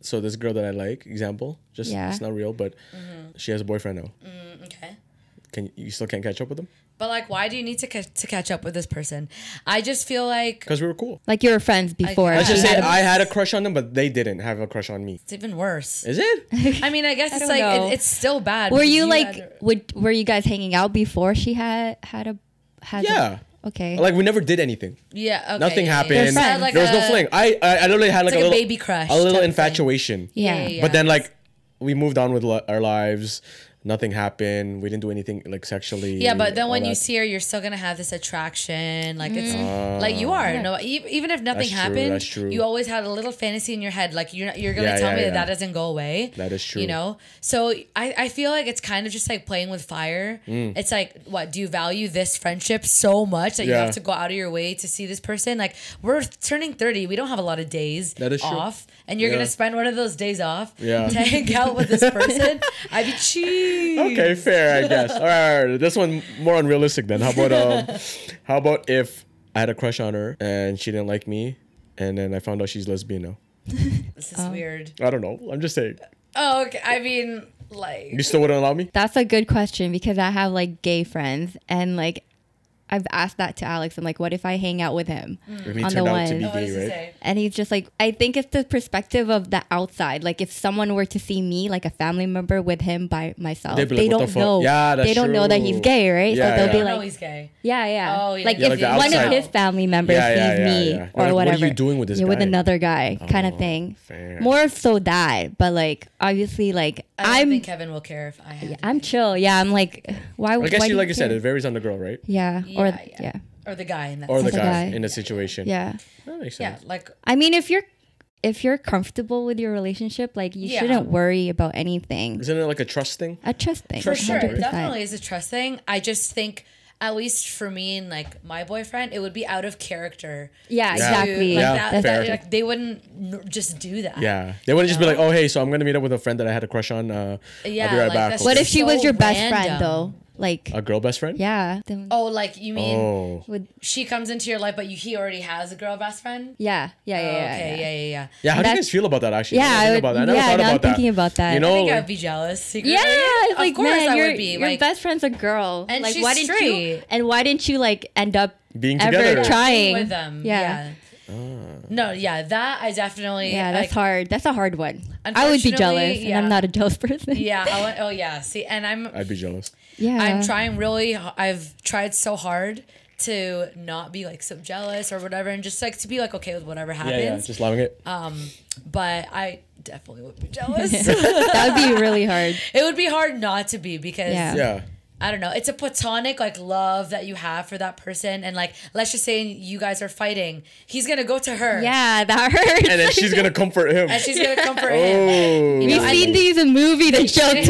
S2: so this girl that I like, example, just
S3: Yeah.
S2: it's not real, but
S1: Mm-hmm.
S2: she has a boyfriend now.
S1: Mm, okay.
S2: Can you still can't catch up with him?
S1: But like, why do you need to ca- to catch up with this person? I just feel like
S2: Because we were cool.
S3: Like you were friends before.
S1: Let's
S2: Let's just
S3: she
S2: say
S3: had a-
S2: I had a crush on them, but they didn't have a crush on me.
S1: it's even worse.
S2: Is it?
S1: I mean, I guess it's
S3: don't
S1: like
S3: know.
S1: it, it's still bad.
S3: were
S1: because had-
S3: you like? Would were you guys hanging out before she had had a had? a-
S2: yeah.
S3: okay.
S2: Like we never did anything.
S1: yeah, okay,
S2: Nothing
S1: yeah, yeah.
S2: happened.
S3: They're friends.
S1: Like
S2: there was no
S1: a-
S2: fling. I, I I literally had like,
S1: like
S2: a
S1: a
S2: little
S1: baby crush
S2: a little
S1: type of thing.
S2: infatuation.
S3: Yeah.
S2: But then
S1: yeah.
S2: like we moved on with li- our lives. Nothing happened. We didn't do anything like sexually.
S1: Yeah, but then
S2: all
S1: when you
S2: that.
S1: see her, you're still gonna have this attraction. Like it's like you are. No, e- even if nothing
S2: That's true,
S1: happened,
S2: that's true.
S1: you always had a little fantasy in your head. Like you're you're gonna
S2: Yeah,
S1: tell
S2: yeah,
S1: me
S2: yeah.
S1: that that doesn't go away.
S2: That is true.
S1: You know. So I I feel like it's kind of just like playing with fire.
S2: Mm.
S1: It's like what do you value this friendship so much that you
S2: Yeah.
S1: have to go out of your way to see this person? Like we're turning thirty, we don't have a lot of days
S2: That is true.
S1: off, and you're
S2: Yeah.
S1: gonna spend one of those days off
S2: Yeah.
S1: to hang out with this person. I'd be cheap.
S2: Okay, fair, I guess. All right, all right, this one more unrealistic then. How about um, how about if I had a crush on her and she didn't like me, and then I found out she's lesbian now.
S1: This is weird.
S2: I don't know. I'm just saying.
S1: Oh, okay. I mean, like,
S2: You still wouldn't allow me?
S3: That's a good question because I have like gay friends and like I've asked that to Alex. I'm like, what if I hang out with him?
S1: Mm.
S2: If he
S3: On the
S2: turned out to
S3: ones.
S2: be
S3: Oh,
S1: what does
S2: gay,
S1: it
S2: right?
S1: say?
S3: And he's just like, I think it's the perspective of the outside. Like if someone were to see me, like a family member with him by myself,
S2: They'd be
S3: they
S2: like, what the
S3: don't
S2: fuck?
S3: know.
S2: Yeah, that's
S3: they don't know that he's
S2: true.
S3: gay, right?
S2: Yeah,
S3: so they'll
S1: I
S3: be
S2: yeah.
S1: know
S3: like,
S1: he's gay.
S3: yeah, yeah.
S1: Oh, yeah.
S3: Like
S1: Yeah,
S3: if
S1: like
S2: the
S3: one of
S2: outside.
S3: his family members
S2: Yeah, yeah,
S3: sees
S2: yeah,
S3: me
S2: yeah. They're
S3: or
S2: like, what are
S3: whatever,
S2: you doing with this
S3: You're with
S2: guy? Oh,
S3: another guy, kind of thing.
S2: fair.
S3: More so that, but like obviously, like
S1: I don't
S3: I'm,
S1: think Kevin will care if I had. it.
S3: I'm chill. Yeah, I'm like, why?
S2: I
S3: why
S2: guess
S3: do
S2: you, like you said,
S3: care?
S2: it varies on the girl, right?
S3: Yeah, or
S1: Yeah, yeah.
S3: yeah.
S1: Or the guy in that.
S2: Or the
S3: the
S2: guy
S3: guy.
S2: in the situation.
S3: Yeah.
S2: That makes
S1: yeah,
S2: sense.
S1: like
S3: I mean, if you're if you're comfortable with your relationship, like you
S1: Yeah.
S3: shouldn't worry about anything.
S2: Isn't it like a trust thing?
S3: A trust thing.
S1: for sure,
S3: 100%.
S1: it definitely is a trust thing. I just think, at least for me and like my boyfriend, it would be out of character.
S3: Yeah, exactly.
S1: Like
S2: Yeah,
S1: that,
S3: That's-
S2: fair.
S1: that- like, they wouldn't n- just do that.
S2: Yeah. They wouldn't just be like, oh, hey, so I'm going to meet up with a friend that I had a crush on. Uh, I'll
S1: Yeah,
S2: be right
S1: like,
S2: back.
S1: that's
S3: What
S2: Okay.
S3: if she was
S1: So
S3: your best
S1: random.
S3: friend though? Like,
S2: a girl best friend?
S3: yeah, then
S1: Oh, like you mean
S2: Oh.
S3: would
S1: she comes into your life, but you, he already has a girl best friend.
S3: yeah, yeah, yeah,
S1: Oh,
S3: yeah,
S1: okay,
S3: yeah.
S1: yeah, yeah, yeah.
S2: Yeah, how do you
S3: That's-
S2: guys feel about that actually? I
S3: Yeah, I
S2: never
S3: would-
S2: about that. I never
S3: yeah,
S2: thought
S3: now
S2: about
S3: I'm
S2: that.
S3: thinking about that.
S2: You
S1: I
S2: know,
S1: think I'd
S2: like,
S1: be jealous. Secretly.
S3: Yeah, it's
S1: of
S3: like
S1: course
S3: man,
S1: I
S3: your,
S1: would be.
S3: your
S1: like,
S3: best friend's a girl,
S1: And
S3: like
S1: she's
S3: why didn't you?
S1: straight.
S3: And why didn't you like end up
S2: Being
S3: ever
S2: together.
S3: trying
S1: with them.
S3: Yeah,
S1: Yeah. No, yeah, that I definitely.
S3: yeah, that's
S1: like,
S3: hard. That's a hard one. I would be
S1: Unfortunately,
S3: jealous, and
S1: yeah.
S3: I'm not a jealous person.
S1: Yeah. I want, oh yeah. See, and I'm
S2: I'd be jealous.
S3: yeah.
S1: I'm trying really. h- I've tried so hard to not be like so jealous or whatever, and just like to be like okay with whatever
S2: Yeah, yeah,
S1: happens.
S2: just allowing it.
S1: Um, but I definitely would be jealous.
S3: that would be really hard.
S1: it would be hard not to be because
S3: Yeah.
S2: yeah.
S1: I don't know. It's a platonic like love that you have for that person, and like let's just say you guys are fighting. He's gonna go to her.
S3: Yeah, that hurts.
S2: And then she's going to comfort him.
S1: And she's gonna comfort him.
S2: oh.
S3: We've seen these in movie they show to it.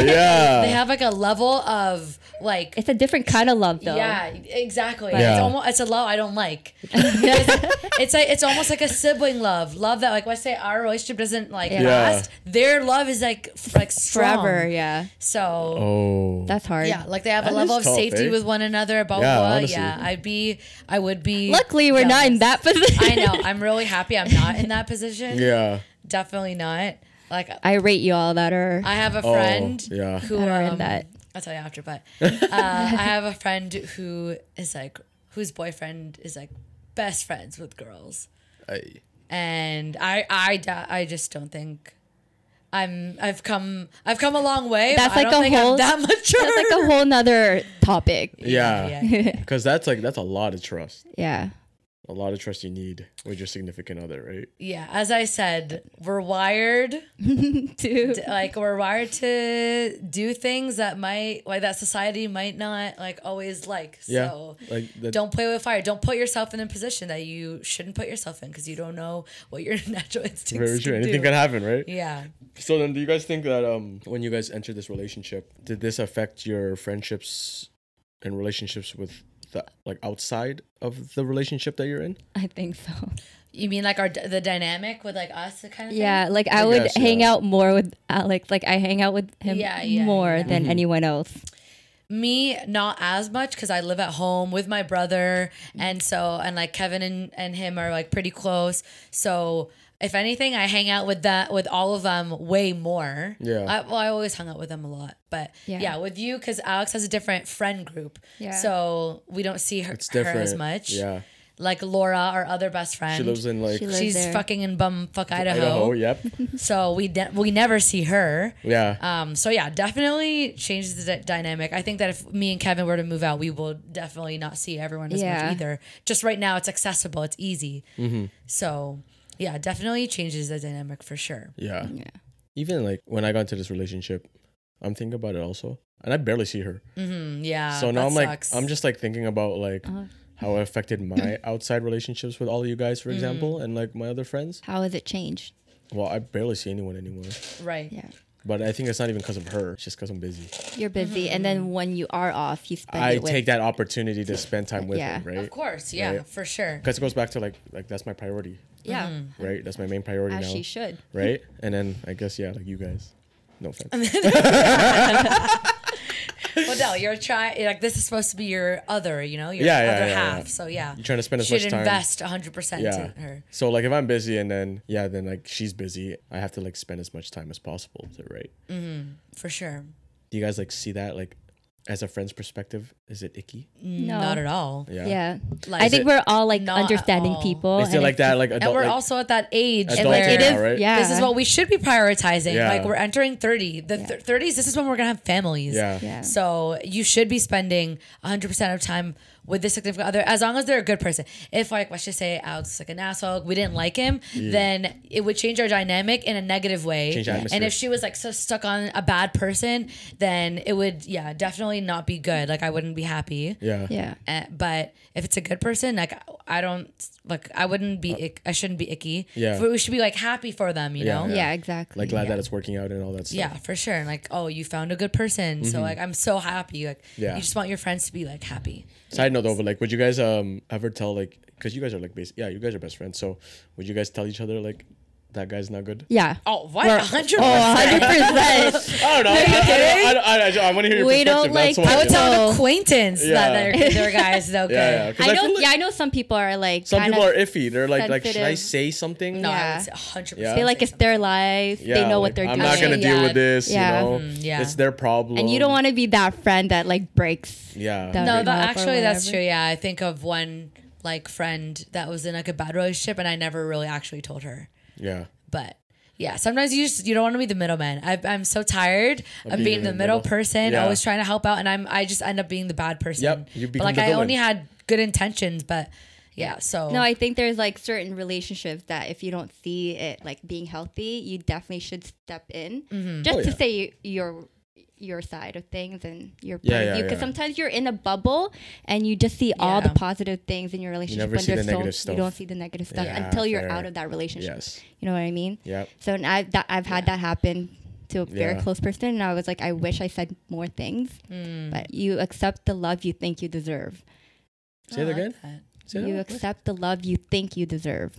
S1: They
S2: yeah.
S1: have like a level of like
S3: It's a different kind of love, though.
S1: Yeah, exactly.
S2: Yeah.
S1: It's almost it's a love I don't like. it's, it's like it's almost like a sibling love, love that like let's say our relationship doesn't like
S3: Yeah.
S1: last. Their love is like f- like strong.
S3: Forever, yeah.
S1: So
S2: Oh.
S3: That's hard.
S1: yeah, like they have
S2: That
S1: a
S2: is
S1: level of
S2: tough,
S1: safety
S2: eh?
S1: with one another about
S2: Yeah,
S1: what.
S2: honestly.
S1: Yeah, I'd be, I would be.
S3: Luckily, we're not in
S1: jealous.
S3: that position.
S1: I know. I'm really happy. I'm not in that position.
S2: Yeah.
S1: definitely not. Like
S3: I rate you all that are.
S1: I have a
S2: Oh,
S1: friend
S2: yeah.
S1: who
S3: That are in
S1: um,
S3: that.
S1: I'll tell you after, but uh, I have a friend who is like, whose boyfriend is like best friends with girls.
S2: I,
S1: And I, I, d- I just don't think I'm, I've come, I've come a long way.
S3: That's
S1: but I
S3: like
S1: don't
S3: a
S1: think
S3: whole-
S1: I'm that mature.
S3: That's like a whole nother topic.
S2: yeah,
S1: yeah.
S2: because that's like that's a lot of trust.
S3: Yeah.
S2: A lot of trust you need with your significant other, right?
S1: Yeah, as I said, we're wired
S3: Dude.
S1: d- like we're wired to do things that might like that society might not like always like.
S2: Yeah,
S1: So
S2: like that-
S1: don't play with fire. Don't put yourself in a position that you shouldn't put yourself in because you don't know what your natural instincts
S2: Very true.
S1: can
S2: Anything
S1: do.
S2: can happen, right?
S1: yeah.
S2: So then, do you guys think that um, when you guys entered this relationship, did this affect your friendships and relationships with the like outside of the relationship that you're in?
S3: I think so.
S1: You mean like our d- the dynamic with like us the kind of
S3: Yeah, like I,
S2: I
S3: would
S2: guess,
S3: hang
S2: yeah.
S3: out more with Alex. Like I hang out with him
S1: Yeah, yeah,
S3: more
S1: yeah.
S2: Mm-hmm.
S3: than anyone else.
S1: thing? Me not as much because I live at home with my brother and so and like Kevin and, and him are like pretty close. So if anything, I hang out with that with all of them way more.
S2: Yeah.
S1: I, well, I always hung out with them a lot, but
S3: Yeah.
S1: yeah, with you because Alex has a different friend group.
S3: Yeah.
S1: So we don't see her,
S2: It's
S1: her
S2: different.
S1: as much.
S2: Yeah.
S1: Like Laura, our other best friend.
S2: She lives in like
S3: She lives
S1: She's
S3: there.
S1: fucking in bumfuck Idaho.
S2: Idaho. Yep.
S1: So we de- we never see her.
S2: Yeah.
S3: Uh,
S1: Um, so yeah, definitely changes the d- dynamic. I think that if me and Kevin were to move out, we will definitely not see everyone as
S3: Yeah.
S1: much either. Just right now, it's accessible, it's easy.
S2: Mm-hmm.
S1: So yeah, definitely changes the dynamic for sure.
S2: yeah.
S3: Yeah.
S2: Even like when I got into this relationship, I'm thinking about it also, and I barely see her.
S1: Mm,
S3: Ah,
S1: yeah.
S2: so now
S1: that
S2: I'm like,
S1: sucks.
S2: I'm just like thinking about like
S3: Uh-huh.
S2: how it affected my outside relationships with all of you guys,
S3: Mm.
S2: for example, and like my other friends.
S3: How has it changed?
S2: Well, I barely see anyone anymore,
S1: right.
S3: Yeah.
S2: but I think it's not even because of her. It's just because I'm busy.
S3: You're busy and then when you are off, you spend
S2: I
S3: it with
S2: take that opportunity to spend time with
S3: Yeah.
S2: them, right?
S1: Of course, yeah,
S2: Right.
S1: for sure.
S2: Because it goes back to like like that's my priority,
S3: Yeah.
S2: right? That's my main priority
S3: Uh-huh. As
S2: now,
S3: she should.
S2: right? And then I guess yeah, like you guys. No offense.
S1: Well, no, you're trying. Like this is supposed to be your other, you know, your
S2: Yeah, yeah,
S1: other
S2: yeah, yeah.
S1: half. So yeah,
S2: You're trying to spend as
S1: should
S2: much time.
S1: invest 100 percent
S2: yeah.
S1: to her.
S2: So like if I'm busy and then yeah, then like she's busy, I have to like spend as much time as possible to right.
S1: For sure.
S2: Do you guys like see that like as a friend's perspective? Is it icky?
S3: No.
S1: Not at all.
S2: Yeah.
S3: Mm, Yeah.
S1: Like-
S3: I
S1: Is
S3: think
S2: it-
S3: we're all like
S1: Not at
S3: understanding
S1: all.
S3: people.
S2: Is it
S3: and
S2: like
S3: it's-
S2: that like
S1: And
S2: adult?
S1: we're
S2: like,
S1: also at that age
S2: adulting
S1: where
S3: It
S2: now,
S3: is-
S2: right?
S3: yeah.
S1: this is what we should be prioritizing.
S2: Yeah.
S1: Like we're entering 30. The thir 30s, this is when we're going to have families.
S2: Yeah.
S3: Yeah.
S1: So you should be spending 100% of time with this significant other as long as they're a good person. If like, let's just say Alex is like an asshole, we didn't like him, then it would change our dynamic in a negative way.
S2: Change the
S1: and
S2: atmosphere.
S1: if she was like so stuck on a bad person, then it would, yeah, definitely not be good. Like I wouldn't be happy.
S2: Yeah.
S3: Yeah.
S1: Uh, but if it's a good person, like I don't like I wouldn't be ick, I shouldn't be icky.
S2: Uh, Yeah.
S1: But we should be like happy for them, you
S2: Yeah,
S1: know.
S3: Yeah,
S1: Yeah.
S3: exactly.
S2: Like glad that
S3: yeah.
S2: it's working out and all that stuff.
S1: for sure. And like, oh, you found a good person. So like, I'm so happy. Like,
S2: Mm-hmm. Yeah.
S1: you just want your friends to be like happy.
S2: Side note though, but like, would you guys um ever tell like, cause you guys are like, bas- yeah, you guys are best friends. So would you guys tell each other like, that guy's not good?
S3: Yeah.
S1: Oh, what?
S3: We're-
S1: 100
S3: Oh, 100%.
S2: I don't know. I, I, I, I, I, want to hear your
S3: We don't
S2: perspective, that's
S3: like-
S2: why,
S1: I would
S2: you know?
S1: tell
S3: Oh.
S1: an acquaintance
S2: Yeah.
S1: that their, their guy is no good.
S2: Yeah, yeah. 'cause
S3: I
S2: I
S3: know
S2: feel like
S3: yeah, I know some people are like
S2: some
S3: kinda-
S2: people are iffy. They're like, like, should I
S3: sensitive.
S2: say something?
S1: No,
S3: Yeah.
S1: I would say 100%.
S2: Yeah.
S3: they like it's their life. they know what
S2: like,
S3: they're
S2: I'm
S3: doing.
S2: not gonna deal
S1: Yeah.
S2: with this.
S3: Yeah.
S2: You know,
S1: Mhm, yeah.
S2: it's their problem.
S3: and you don't want to be that friend that like breaks.
S2: Yeah.
S3: the-
S1: No,
S3: Right.
S1: that
S3: up or
S1: actually that's
S3: whatever.
S1: true. Yeah, I think of one like friend that was in like a bad relationship, and I never really actually told her.
S2: Yeah.
S1: but yeah sometimes you just you don't want to be the middleman I, i'm so tired of being, the middle, person
S2: Yeah.
S1: always trying to help out and i'm i just end up being the bad person
S2: Yep, you
S1: but
S2: become
S1: like
S2: the
S1: i
S2: villain.
S1: only had good intentions but yeah so
S3: No, I think there's like certain relationships that if you don't see it like being healthy, you definitely should step in just
S2: Oh,
S3: to
S2: yeah.
S3: say your your side of things and your point
S2: Yeah,
S3: of
S2: yeah,
S3: view. Because
S2: yeah.
S3: sometimes you're in a bubble and you just see all the
S1: Yeah.
S3: positive things in your relationship,
S2: never
S3: but
S2: see the
S3: there's so
S2: negative stuff.
S3: you don't see the negative stuff
S2: Yeah,
S3: until you're
S2: fair.
S3: out of that relationship.
S2: Yes.
S3: You know what I mean?
S2: Yep.
S3: So and I that, I've had that happen to a very
S2: Yeah.
S3: close person, and I was like, I wish I said more things.
S1: mm.
S2: Mm.
S3: But you accept the love you think you deserve.
S1: I
S2: Say that
S1: like
S2: again.
S1: that.
S2: Say
S3: You
S2: that.
S3: accept the love you think you deserve.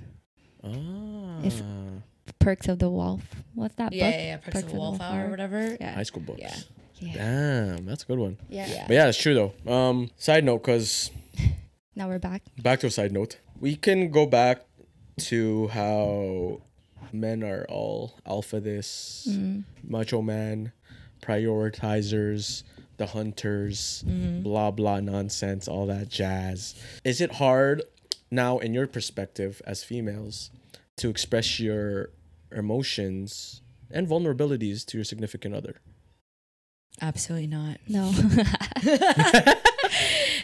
S3: If-
S2: Ah.
S3: Perks of the Wolf. What's that
S1: yeah
S3: book?
S1: yeah, yeah perks of wallflower or whatever
S3: Yeah.
S2: High school books.
S1: Yeah.
S3: Yeah.
S2: Damn, that's a good one.
S3: yeah.
S1: Yeah.
S2: But yeah, it's true though. Um, side note, cause
S3: Now we're back.
S2: back to a side note, we can go back to how men are
S3: Mm.
S2: all alpha this, macho man, prioritizers, the hunters, Mm-hmm.
S1: Mm-hmm.
S2: blah blah nonsense, all that jazz. Is it hard now in your perspective as females to express your emotions and vulnerabilities to your significant other?
S1: Absolutely not.
S3: No.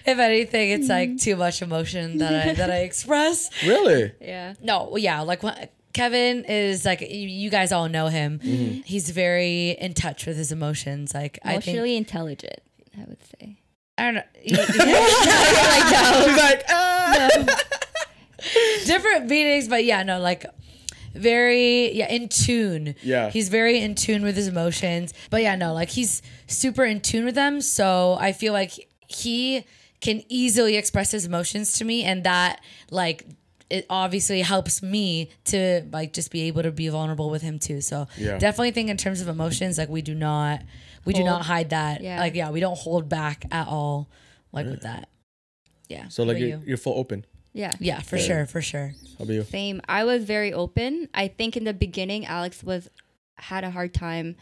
S1: If anything, it's
S3: Mm-hmm.
S1: like too much emotion that I that I express.
S2: Really?
S3: yeah.
S1: No, well, yeah, like when, Kevin is like you, you guys all know him.
S2: Mm-hmm.
S1: He's very in touch with his emotions. Like I think
S3: Emotionally intelligent, I would say.
S1: I don't know. Yeah, like,
S2: She's like, ah.
S1: different meanings, but yeah, no, like very yeah in tune.
S2: Yeah.
S1: he's very in tune with his emotions. But yeah, no, like he's super in tune with them. So I feel like he can easily express his emotions to me, and that like it obviously helps me to like just be able to be vulnerable with him too. So
S2: Yeah.
S1: definitely think in terms of emotions, like we do not we do
S3: Hold-
S1: not hide that.
S3: yeah.
S1: Like yeah, we don't hold back at all. Like with that. Yeah.
S2: So like
S1: What about
S2: you're, you're full open.
S3: Yeah.
S1: yeah, for
S2: Yeah.
S1: sure, for sure.
S2: How about you?
S3: Same. I was very open. I think in the beginning, Alex was had a hard time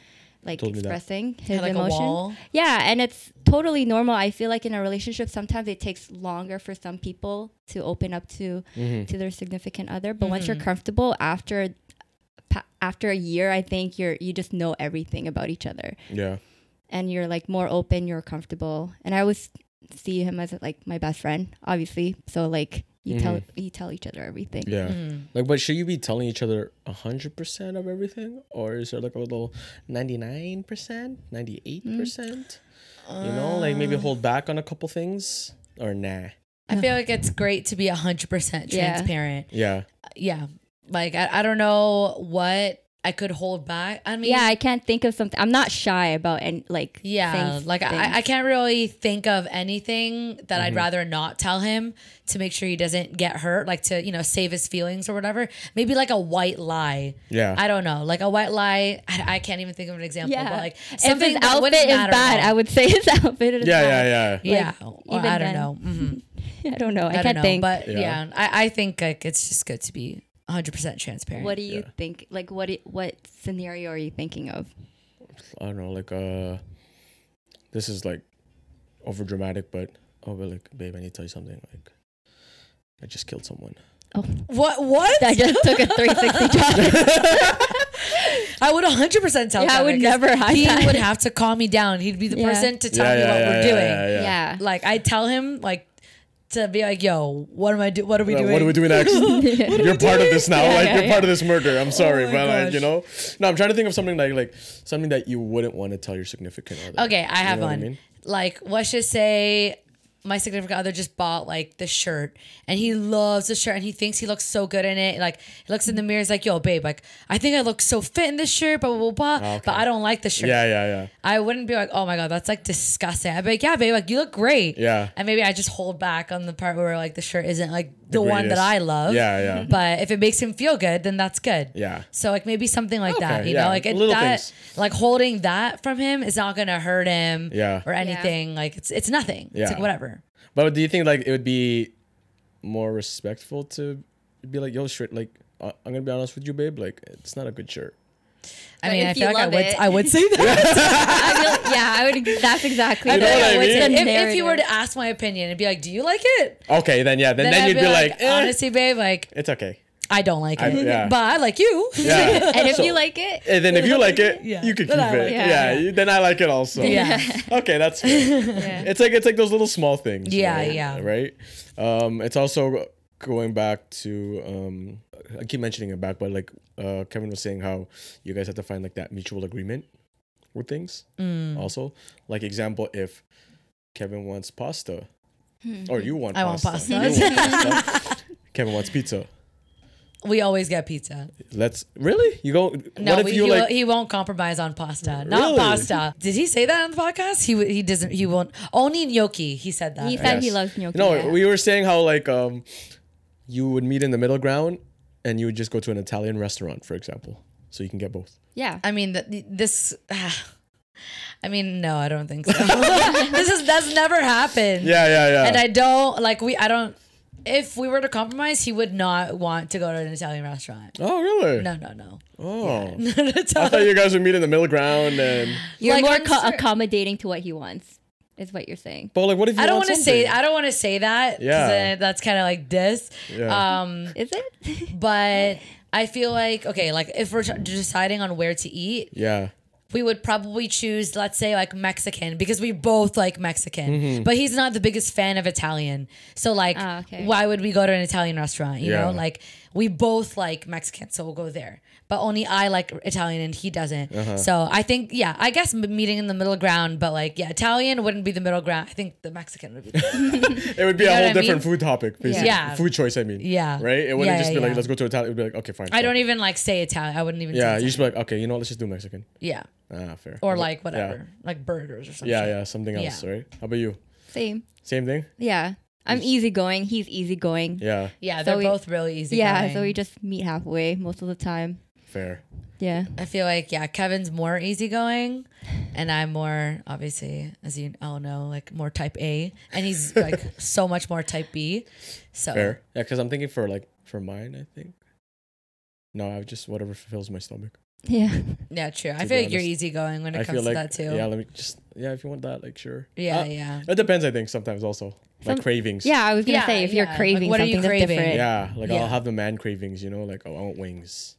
S3: like
S2: Told me that.
S3: expressing his
S1: Had, like, a wall.
S3: emotions. Yeah, and it's totally normal. I feel like in a relationship, sometimes it takes longer for some people to open up to
S2: Mm-hmm.
S3: to their significant other. But once you're comfortable, after pa- after a year, I think you're you just know everything about each other,
S2: Yeah.
S3: and you're like more open. You're comfortable, and I always see him as like my best friend, obviously. So like you tell you tell each other everything.
S2: Mm-hmm. Yeah.
S1: Mm-hmm.
S2: Like, but should you be telling each other 100% of everything? Or is there like a little 99%, 98%?
S1: Mm.
S2: You know, like
S1: Uh.
S2: maybe hold back on a couple things or nah?
S1: I feel like it's great to be 100%
S3: Yeah.
S1: transparent.
S2: Yeah.
S1: Yeah. Like, I, I don't know what I could hold back. I mean,
S3: yeah, I can't think of something. I'm not shy about and like
S1: yeah.
S3: saying
S1: like,
S3: things.
S1: I, I can't really think of anything that
S3: Mm-hmm.
S1: I'd rather not tell him to make sure he doesn't get hurt, like to, you know, save his feelings or whatever. Maybe like a white lie.
S2: Yeah.
S1: I don't know. Like a white lie. I, I can't even think of an example,
S3: yeah.
S1: but like
S3: if
S1: something
S3: his
S1: that
S3: outfit
S1: wouldn't
S3: is
S1: matter
S3: bad,
S1: at
S3: I
S1: all.
S3: would say his outfit is
S2: yeah, yeah,
S3: bad.
S2: yeah,
S1: yeah. Or
S3: even
S1: I don't
S3: then.
S1: know. Mhm.
S3: I don't know. I,
S1: I,
S3: can't
S1: don't know.
S3: think. But
S1: But
S2: Yeah.
S1: yeah, I, I think like it's just good to be 100% transparent.
S3: what do you think? Like, what i- what scenario are you thinking of?
S2: I don't know. Like, uh, this is like over dramatic, but oh, but like, babe, I need to tell you something. Like, I just killed someone.
S1: Oh, What? What?
S3: I just took a 360 job.
S1: I would 100% tell
S3: Yeah, I
S1: Kevin
S3: would
S1: 'cause
S3: never hide
S1: He
S3: that.
S1: would have to calm me down. He'd be the
S3: Yeah.
S1: person to tell me what we're doing.
S3: Yeah.
S1: Like I tell him like to be like, "Yo, what am I do? What are we
S2: Uh,
S1: doing?
S2: What do we do next? you're part of this now. like you're part of this murder. I'm sorry,
S1: Oh my
S2: but like, you
S1: gosh.
S2: know. No, I'm trying to think of something like like something that you wouldn't want to tell your significant other.
S1: Okay, I have
S2: know what I
S1: one.
S2: mean?
S1: Like, let's just say my significant other just bought like the shirt and he loves the shirt and he thinks he looks so good in it. Like, he looks in the mirror, he's like, yo, babe, like, I think I look so fit in this shirt, blah, blah, blah, blah. But I don't like the shirt.
S2: Yeah, yeah,
S1: I wouldn't be like, oh my God, that's like disgusting. I'd be like, yeah, babe, like, you look great.
S2: Yeah.
S1: And maybe I just hold back on the part where like the shirt isn't like the, one that
S2: greatest.
S1: I love.
S2: Yeah, yeah.
S1: But if it makes him feel good, then that's good.
S2: yeah,
S1: So like maybe something like that,
S2: Okay,
S1: you
S2: yeah,
S1: know, like it,
S2: little
S1: that,
S2: things.
S1: like holding that from him is not gonna hurt him,
S2: Yeah.
S1: or anything. Like it's it's nothing. It's
S2: Yeah.
S1: like whatever.
S2: yeah. But do you think like it would be more respectful to be like, yo, shirt? Like, uh, I'm gonna be honest with you, babe. Like, it's not a good shirt.
S1: I
S3: But
S1: mean,
S3: if
S1: I
S3: you
S1: feel like I
S3: love
S1: would
S3: it-
S1: I would say that.
S3: I feel, yeah, I would. That's exactly.
S2: You know
S1: Like,
S2: what I
S1: would
S2: mean?
S1: say-
S3: The
S1: if, if you were
S3: narrative.
S1: to ask my opinion and be like, "Do you like it?"
S2: Okay, then yeah, then then,
S1: I'd
S2: you'd be, like, eh,
S1: "Honestly, babe, like
S2: it's okay.
S1: I don't like
S2: I-
S1: it,
S2: yeah.
S1: but I like you."
S2: Yeah.
S3: and if
S2: So-
S3: you like it,
S2: And then if you like it,
S1: Yeah.
S2: you could keep
S1: Then I
S2: it.
S1: like it.
S2: yeah,
S3: Yeah.
S2: you- then I like it also.
S1: Yeah.
S2: okay, that's fair. It's like it's like those little small things. you
S1: Yeah,
S2: know,
S1: yeah.
S2: Right. Um, it's also going back to um, I keep mentioning it back, but like uh, Kevin was saying how you guys have to find like that mutual agreement with things.
S1: Mm.
S2: Also, like example, if Kevin wants pasta, or you want
S1: I want
S2: pasta,
S1: pasta.
S2: you want pasta, Kevin wants pizza.
S1: We always get pizza.
S2: Let's really you go.
S1: No,
S2: what if
S1: we,
S2: you
S1: he,
S2: like?
S1: he won't compromise on pasta. Not
S2: Really?
S1: pasta. Did he say that on the podcast? He w- he doesn't. He won't. Only gnocchi. He said that.
S3: he
S1: right?
S3: said he loves gnocchi.
S2: No,
S3: yeah.
S2: we were saying how like um, you would meet in the middle ground, and you would just go to an Italian restaurant, for example, so you can get both.
S3: yeah.
S1: I mean, th- this. I mean, no, I don't think so. this is that's never happened.
S2: Yeah, yeah, yeah.
S1: And I don't like we. I don't. If we were to compromise, he would not want to go to an Italian restaurant.
S2: oh really?
S1: No, no, no.
S2: Oh,
S1: Not at
S2: I
S1: all.
S2: thought you guys would meet in the middle ground, and
S3: You're
S1: Like,
S3: more
S1: I'm
S3: co-
S1: sure-
S3: accommodating to what he wants. is what you're saying.
S2: But like, what if you
S1: I don't
S2: want
S1: want to say
S2: something?
S1: I don't want to say that. 'cause
S2: Yeah.
S1: then that's kind of like this.
S2: Yeah.
S1: Um,
S3: Is it?
S1: but I feel like okay, like if we're t- deciding on where to eat,
S2: Yeah.
S1: we would probably choose, let's say, like Mexican because we both like Mexican.
S2: Mm-hmm.
S1: But he's not the biggest fan of Italian, so like,
S3: Ah, okay.
S1: why would we go to an Italian restaurant? You know,
S2: Yeah.
S1: like we both like Mexican, so we'll go there. But only I like Italian and he doesn't.
S2: Uh-huh.
S1: So I think, yeah, I guess m- meeting in the middle ground. But like, yeah, Italian wouldn't be the middle ground. I think the Mexican would be. The
S2: It would be
S1: You know
S2: a whole
S1: what I
S2: different
S1: mean?
S2: food topic, basically.
S1: Yeah.
S2: Food choice, I mean.
S1: Yeah.
S2: Right? It wouldn't
S1: Yeah,
S2: just be
S1: yeah,
S2: like,
S1: yeah.
S2: let's go to Italian. It would be like, okay, fine.
S1: I don't even like say Italian. I wouldn't even.
S2: Yeah,
S1: say
S2: you
S1: Italian.
S2: just be like, okay, you know, what, let's just do Mexican.
S1: yeah,
S2: Ah, fair.
S1: or
S2: Yeah.
S1: like whatever, like burgers or something.
S2: Yeah, yeah, something
S1: Yeah.
S2: else, right? How about you?
S3: Same.
S2: Same thing?
S3: Yeah. I'm easygoing. He's easygoing.
S2: Yeah,
S1: yeah.
S3: So
S1: They're
S3: we-
S1: both really easy.
S3: Yeah. So we just meet halfway most of the time.
S2: fair.
S3: Yeah.
S1: I feel like yeah, Kevin's more easygoing, and I'm more obviously, as you all know, like more type A, and he's like so much more type B. So
S2: Fair. Yeah, because I'm thinking for like, for mine, I think. No, I just, whatever fills my stomach.
S3: Yeah.
S1: yeah, true. I
S2: To
S1: feel
S2: be
S1: like you're
S2: honest.
S1: easygoing when it
S2: I
S1: comes
S2: feel
S1: to
S2: like,
S1: that too.
S2: yeah,
S1: Yeah,
S2: let me just, yeah, if you want that, like, sure.
S1: yeah,
S2: Ah, It depends, I think, sometimes also. Like
S3: Some-
S2: cravings.
S3: Yeah. I was gonna
S1: Yeah,
S3: say if
S1: yeah.
S3: you're
S1: Like,
S3: craving
S1: what are you
S3: something that's
S1: craving?
S3: different.
S2: Yeah, like
S1: Yeah.
S2: I'll have the man cravings, you know, like oh, I want wings.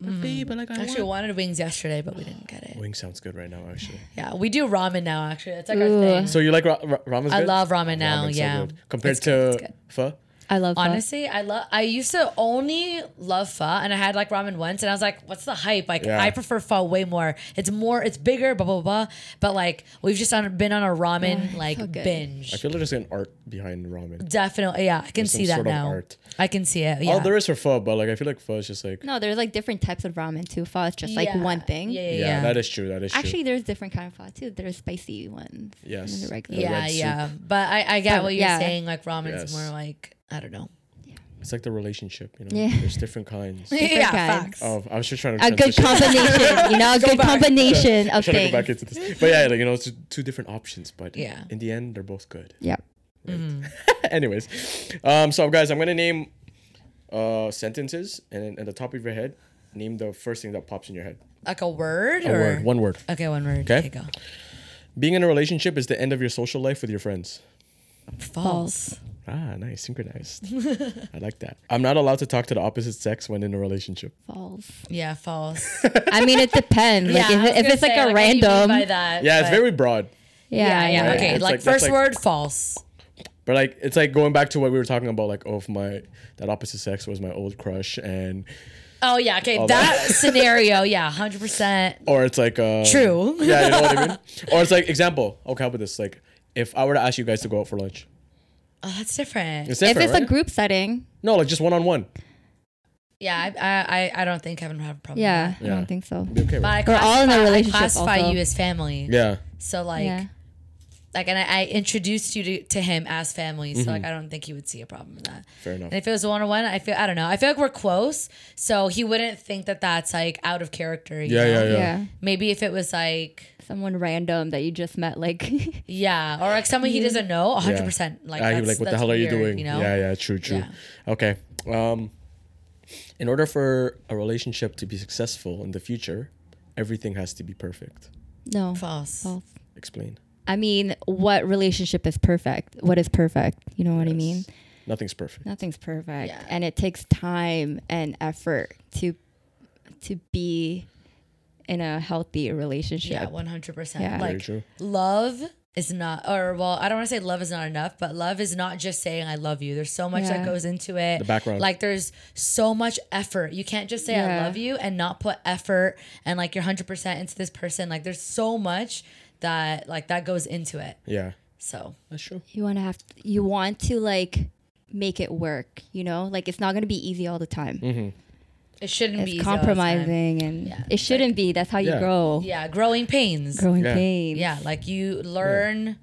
S2: But babe, like I
S1: I Mm-hmm. actually
S2: want
S1: wanted wings yesterday, but we didn't get it.
S2: wings sounds good right now, actually.
S1: Yeah, we do ramen now. Actually, that's like
S3: Ooh.
S1: our thing.
S2: So you like ra- ra- ramen's
S1: I
S2: good?
S1: love ramen now.
S2: Ramen's so
S1: yeah,
S2: good. compared
S1: It's good,
S2: to
S1: it's good.
S2: pho.
S3: I love that.
S1: Honestly, I love. I used to only love pho, and I had like ramen once, and I was like, "What's the hype?" Like,
S2: Yeah.
S1: I prefer pho way more. It's more, it's bigger, blah blah blah. But like, we've just on, been on a ramen like
S3: so good.
S1: binge.
S2: I Oh, feel there's an art behind ramen.
S1: Definitely, yeah, I can
S2: some
S1: see that
S2: sort of
S1: now.
S2: art.
S1: I can see it. Yeah.
S2: Oh, there is for pho, but like I feel like pho is just like
S3: No, there's like different types of ramen too. Pho is just like
S1: Yeah.
S3: one thing.
S1: Yeah, yeah,
S2: yeah,
S1: yeah.
S2: that is true. That is
S3: Actually, there's different kind of pho too. There's spicy ones.
S2: Yes.
S3: And the regular.
S2: red
S1: yeah,
S2: soup.
S1: yeah. But I, I get
S3: But,
S1: what you're
S3: yeah.
S1: saying. Like ramen's
S2: Yes.
S1: more like I don't know.
S2: true. It's like the relationship, you know.
S3: Yeah.
S2: There's different kinds.
S1: yeah,
S3: kinds.
S1: facts.
S2: Oh, I was just trying to
S3: A good
S2: transition.
S3: combination, you know, a good
S1: back.
S3: combination
S2: Trying
S3: of
S2: to
S3: things.
S2: go back into this, but yeah, like you know, it's two different options, but
S1: Yeah.
S2: in the end, they're both good.
S3: Yeah.
S2: Anyways, um, so guys, I'm gonna name uh sentences, and then at the top of your head, name the first thing that pops in your head.
S1: Like a word or
S2: one word.
S1: Okay, one word.
S2: Okay.
S1: Okay, go.
S2: Being in a relationship is the end of your social life with your friends.
S1: False.
S2: Ah, nice, synchronized. I like that. I'm not allowed to talk to the opposite sex when in a relationship.
S3: False.
S1: Yeah, false.
S3: I mean, it depends. Like,
S1: yeah, I
S3: if,
S1: was
S3: it- if
S1: gonna
S3: it's like
S1: say,
S3: a
S1: what do you mean
S3: random.
S1: by that,
S2: Yeah, it's
S1: But-
S2: very broad,
S1: Yeah, yeah.
S2: yeah.
S1: Okay,
S2: It's
S1: like,
S2: like- that's
S1: first
S2: like-
S1: word false.
S2: but like it's like going back to what we were talking about, like oh, if my that opposite sex was my old crush, and
S1: Oh yeah, okay. That,
S2: that-
S1: scenario, yeah, hundred percent.
S2: or it's like uh,
S1: True.
S2: Yeah, you know what I mean. Or it's like example. Okay, how about this? Like if I were to ask you guys to go out for lunch,
S1: Oh, that's different.
S2: it's
S3: If
S2: different,
S3: it's
S2: right?
S3: a group setting,
S2: No, like just one on one.
S1: Yeah, I, I- I, I don't think Kevin would have a problem.
S3: yeah, I
S2: Yeah.
S3: don't think so.
S2: Be okay. With
S1: but I
S2: it.
S1: classify,
S3: all in a relationship
S1: I classify
S3: also.
S1: you as family.
S2: Yeah.
S1: So like,
S3: yeah.
S1: like, and I, I introduced you to, to him as family. So
S2: Mm-hmm.
S1: like, I don't think he would see a problem with that.
S2: Fair enough.
S1: And if it was one on one, I feel I don't know. I feel like we're close, so he wouldn't think that that's like out of character. you
S2: Yeah,
S1: know?
S2: yeah,
S3: yeah,
S1: Maybe if it was like
S3: Someone random that you just met, like,
S1: yeah, or like someone he doesn't know, hundred percent. Like,
S2: Ah, you're
S1: that's-
S2: like, what the
S1: that's
S2: hell are you
S1: weird,
S2: doing?
S1: You know?
S2: Yeah, yeah, true, true. Okay. Um, in order for a relationship to be successful in the future, everything has to be perfect.
S3: no,
S1: False.
S3: false.
S2: Explain.
S3: I mean, what relationship is perfect? What is perfect? You know what I
S2: Yes.
S3: mean?
S2: Nothing's perfect.
S3: Nothing's perfect,
S1: Yeah.
S3: and it takes time and effort to to be in a healthy relationship.
S1: Yeah, one hundred
S3: Yeah.
S1: percent.
S2: Very
S1: Like
S2: true.
S1: love is not, or well, I don't want to say love is not enough, but love is not just saying I love you. There's so much that
S3: Yeah.
S1: goes into it.
S2: The background.
S1: like there's so much effort. You can't just say I
S3: Yeah.
S1: love you and not put effort and like your hundred percent into this person. Like there's so much that like that goes into it.
S2: Yeah.
S1: So
S2: That's true.
S3: you want to have you want to like make it work you know like it's not going to be easy all the time
S1: it shouldn't be
S3: it's
S1: easy all the time.
S3: compromising and
S1: Yeah.
S3: it shouldn't be that's how you
S2: Yeah.
S3: grow
S1: Yeah, growing pains.
S3: growing
S2: Yeah.
S3: pains
S1: yeah, like you learn,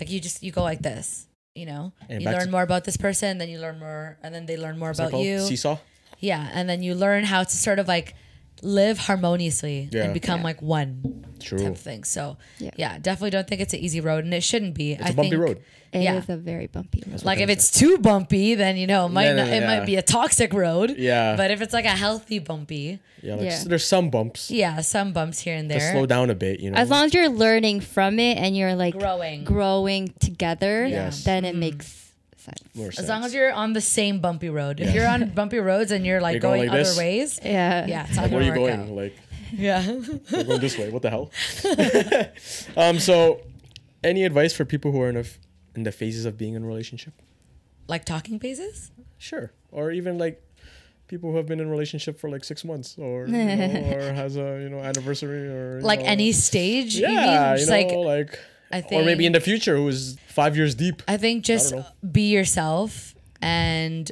S1: like you just you go like this. You know,
S2: And
S1: you
S2: back
S1: learn
S2: to-
S1: more about this person, then you learn more, and then they learn more
S2: What's that
S1: about
S2: called?
S1: you.
S2: Seesaw?
S1: Yeah, and then you learn how to sort of like live harmoniously
S2: Yeah.
S1: and become
S3: Yeah.
S1: like one type
S2: True.
S1: of thing. So yeah.
S3: Yeah.
S1: definitely don't think it's an easy road, and it shouldn't be. It's
S2: a bumpy
S1: think,
S2: road.
S3: It is
S1: yeah.
S3: a very bumpy road.
S1: like if it's too bumpy, then you know it might
S2: Yeah, no,
S1: not, it
S2: yeah.
S1: might be a toxic road.
S2: Yeah.
S1: But if it's like a healthy bumpy,
S2: Yeah, like
S3: Yeah.
S2: s- there's some bumps.
S1: yeah, some bumps here and
S2: To
S1: there.
S2: slow down a bit, you know.
S3: as long as you're learning from it and you're like
S1: Growing. Mm-hmm.
S3: growing together,
S2: Yes.
S3: then it makes sense.
S2: More
S1: As
S2: sense.
S1: long as you're on the same bumpy road. If you're on bumpy roads and you're like
S2: You're
S1: going,
S2: going like
S1: other
S2: this?
S1: ways,
S3: Yeah.
S1: yeah, it's not
S2: like,
S1: gonna
S2: where are you
S1: work
S2: going?
S1: out.
S2: Like
S1: Yeah.
S2: you're going this way. What the hell? um. So, any advice for people who are in a f- in the phases of being in a relationship?
S1: like talking phases?
S2: Sure. Or even like people who have been in a relationship for like six months, or you know, or has a you know anniversary, or you
S1: Like
S2: know-
S1: any stage? you
S2: Yeah,
S1: mean?
S2: you
S1: Just,
S2: know,
S1: like
S2: like,
S1: I
S2: or maybe in
S1: think-
S2: the future, who is five years deep.
S1: I think just
S2: know.
S1: be yourself and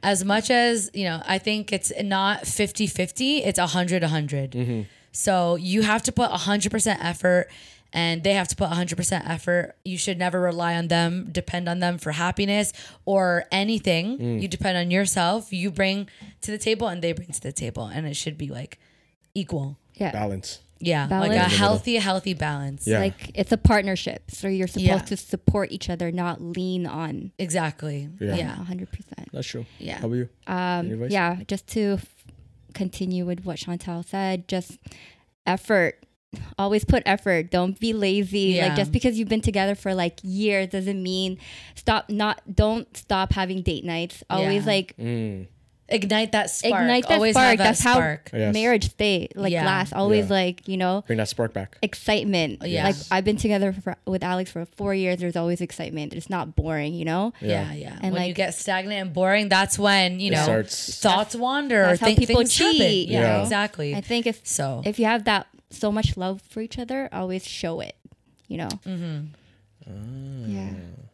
S1: as much as, you know, I think it's not 50-50, it's 100 100.
S2: Mm-hmm.
S1: So you have to put 100% effort and they have to put 100% effort. You should never rely on them, depend on them for happiness or anything.
S2: Mm.
S1: You depend on yourself. You bring to the table and they bring to the table and it should be like equal.
S3: Yeah.
S2: Balance.
S1: Yeah, like a
S3: Balance.
S1: healthy healthy balance.
S2: Yeah.
S3: Like it's a partnership. So you're supposed
S1: Yeah.
S3: to support each other, not lean on.
S1: Exactly.
S2: Yeah.
S1: yeah.
S3: hundred percent.
S2: That's true.
S1: Yeah.
S2: How about you? Any
S3: Um,
S2: advice?
S3: yeah, just to f- continue with what Chantal said, just effort. Always put effort. Don't be lazy.
S1: Yeah.
S3: Like just because you've been together for like years doesn't mean stop. Not don't stop having date nights. Always
S1: Yeah.
S3: like
S1: Mm. ignite that spark.
S3: ignite that
S1: Always
S3: spark.
S1: Have that
S3: That's
S1: spark.
S3: how
S2: Yes.
S3: marriage stay like
S1: Yeah.
S3: lasts. Always
S2: Yeah.
S3: like you know
S2: Bring that spark back.
S3: excitement.
S1: Yes.
S3: Like I've been together for, with Alex for four years. There's always excitement. It's not boring. You know.
S1: Yeah, yeah.
S3: And,
S1: when
S3: like-
S1: you get stagnant and boring, that's when you know
S2: starts-
S1: thoughts wander.
S3: That's
S1: or
S3: how
S1: think
S3: people
S1: things happen.
S3: cheat, you
S1: Yeah,
S2: know?
S1: exactly.
S3: I think if
S1: so.
S3: if you have that so much love for each other, always show it. You know. Mm-hmm.
S2: Ah.
S3: Yeah.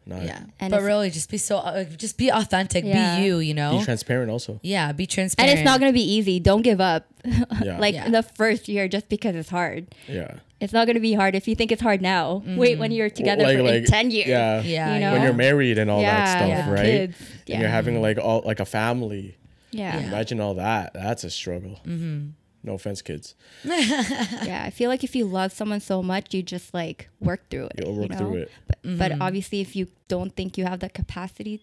S2: No,
S1: yeah,
S3: And
S1: but
S3: it's-
S1: really, just be so, uh, just be authentic.
S3: Yeah.
S1: Be you. You know.
S2: Be transparent also.
S1: yeah, be
S3: And
S1: transparent.
S3: it's not gonna be easy. Don't give up.
S2: Yeah.
S3: like
S1: Yeah.
S3: in the first year, just because it's hard.
S2: Yeah.
S3: It's not gonna be hard if you think it's hard now.
S1: Mm-hmm.
S3: Wait when you're together
S2: Like-
S3: for in
S2: like-
S3: ten years.
S2: Yeah.
S1: Yeah,
S3: You know?
S2: When you're married and all that
S3: Yeah,
S2: stuff,
S1: yeah.
S2: right?
S3: Kids,
S2: And
S3: yeah.
S2: you're having like all like a family.
S3: Yeah. yeah.
S2: Imagine all that. That's a struggle. Mm-hmm. No offense, kids.
S1: Mm-hmm.
S3: I feel like if you love someone so much, you just like work through it.
S2: You'll
S3: you
S2: work
S3: know?
S2: through it.
S3: But, but obviously, if you don't think you have the capacity,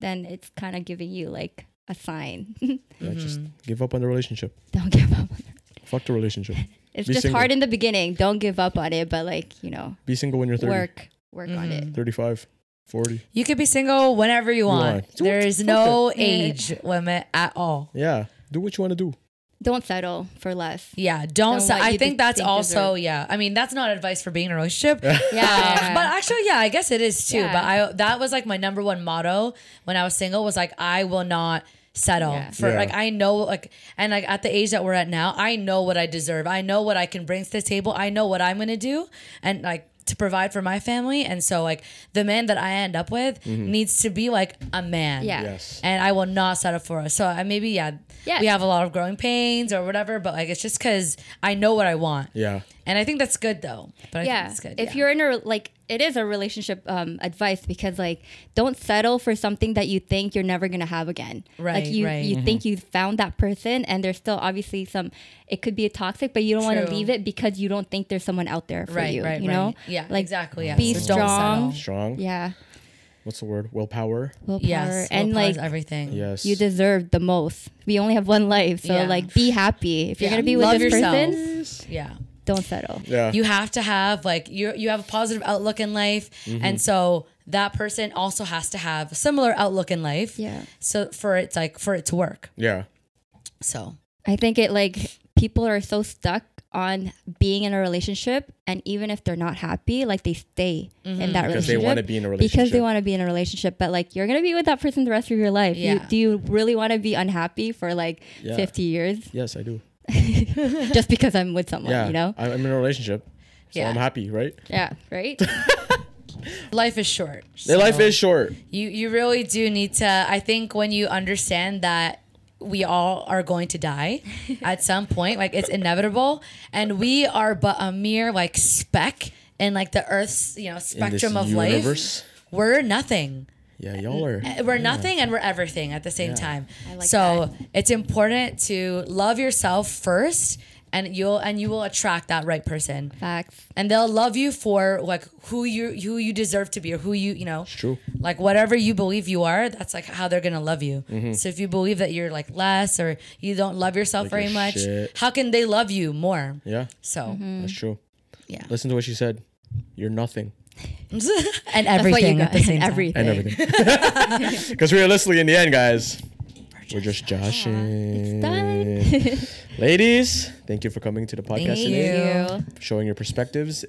S3: then it's kind of giving you like a sign.
S2: Yeah, Just
S1: Mm-hmm.
S2: give up on the relationship.
S3: don't give up. on it.
S2: Fuck the relationship.
S3: It's
S2: Be
S3: just
S2: single.
S3: hard in the beginning. Don't give up on it, but like you know,
S2: Be single when you're 30,
S3: work work on it.
S2: 35, 40.
S1: You could be single whenever you want.
S2: want. Do what
S1: There
S2: the
S1: is
S2: fuck
S1: no
S3: it-
S1: age limit at all.
S2: Yeah. Do what you want to do.
S3: Don't settle for less.
S1: Yeah, don't.
S3: Than
S1: Say,
S3: what
S1: I
S3: you
S1: think
S3: de-
S1: that's
S3: think
S1: also
S3: deserve.
S1: yeah. I mean, that's not advice for being in a relationship.
S3: Yeah.
S1: Um, but actually, yeah, I guess it is too.
S3: Yeah.
S1: But I that was like my number one motto when I was single was like I will not settle
S3: Yeah.
S1: for
S2: Yeah.
S1: like I know like and like at the age that we're at now, I know what I deserve. I know what I can bring to the table. I know what I'm gonna do and like to provide for my family. And so like the man that I end up with needs to be like a man.
S3: Yeah.
S2: Mm-hmm. Yes.
S1: And I will not settle for us. So I maybe yeah,
S3: Yeah.
S1: we have a lot of growing pains or whatever, but like it's just because I know what I want.
S2: Yeah.
S1: And I think that's good though. But I think
S3: yeah.
S1: it's good.
S3: If
S1: yeah.
S3: you're in a like, it is a relationship um, advice because like, don't settle for something that you think you're never gonna have again.
S1: Right,
S3: Like you
S1: right. mm-hmm.
S3: you think you found that person, and there's still obviously some. It could be toxic, but you don't want to
S1: True.
S3: leave it because you don't think there's someone out there for
S1: right,
S3: you.
S1: right,
S3: you
S1: right.
S3: know.
S1: yeah,
S3: Like,
S1: exactly. Yeah.
S3: be
S1: don't
S3: strong.
S1: settle.
S2: Strong.
S3: Yeah.
S2: What's the word? Willpower.
S3: Willpower
S1: Yes,
S3: and like
S1: everything.
S2: Yes.
S3: you deserve the most. We only have one life, so
S1: Yeah.
S3: like be happy. If you're
S1: Yeah.
S3: gonna be with
S1: Love
S3: this person,
S1: yourself. Yeah.
S3: don't settle.
S2: Yeah.
S1: You have to have like you you have a positive outlook in life
S2: Mm-hmm.
S1: and so that person also has to have a similar outlook in life.
S3: Yeah.
S1: So for it's like for it to work.
S2: yeah.
S1: So
S3: I think it like people are so stuck on being in a relationship, and even if they're not happy, like they stay in that
S2: Because they
S3: relationship
S2: wanna be in a
S3: because they
S2: relationship.
S3: want to be in a relationship. But like you're gonna be with that person the rest of your life. You,
S1: Yeah.
S3: do you really want to be unhappy for like
S2: Yeah.
S3: 50 years
S2: Yes, I do.
S3: just because I'm with someone?
S2: Yeah.
S3: You know?
S2: I- I'm in a relationship. So
S1: Yeah.
S2: I'm happy, right?
S3: Yeah. Right.
S1: life is short.
S2: Their life
S1: so-
S2: is short.
S1: You you really do need to. I think when you understand that we all are going to die at some point, like it's inevitable, and we are but a mere like speck in like the Earth's you know
S2: In this
S1: spectrum of
S2: universe.
S1: life. We're nothing.
S2: Yeah, y'all are.
S1: we're nothing and we're everything at the same
S2: Yeah.
S1: time.
S3: I like
S1: so it's important to love yourself first, and you'll and you will attract that right person,
S3: Facts.
S1: and they'll love you for like who you who you deserve to be or who you you know.
S2: It's true.
S1: Like whatever you believe you are, that's like how they're gonna love you. So if you believe that you're like less or you don't love yourself
S2: Mm-hmm. Like you're
S1: very much,
S2: shit.
S1: how can they love you more?
S2: Yeah,
S1: So
S3: Mm-hmm.
S2: that's true.
S1: yeah,
S2: Listen to what she said. You're nothing
S1: and
S3: That's what
S1: everything
S3: you
S1: at
S3: got.
S1: the same time.
S2: and
S3: everything.
S2: everything. Because realistically, in the end, guys, we're just
S3: It's
S2: joshing.
S3: done.
S2: Ladies, thank you for coming to the podcast
S1: Thank
S2: today.
S1: you.
S2: showing your perspectives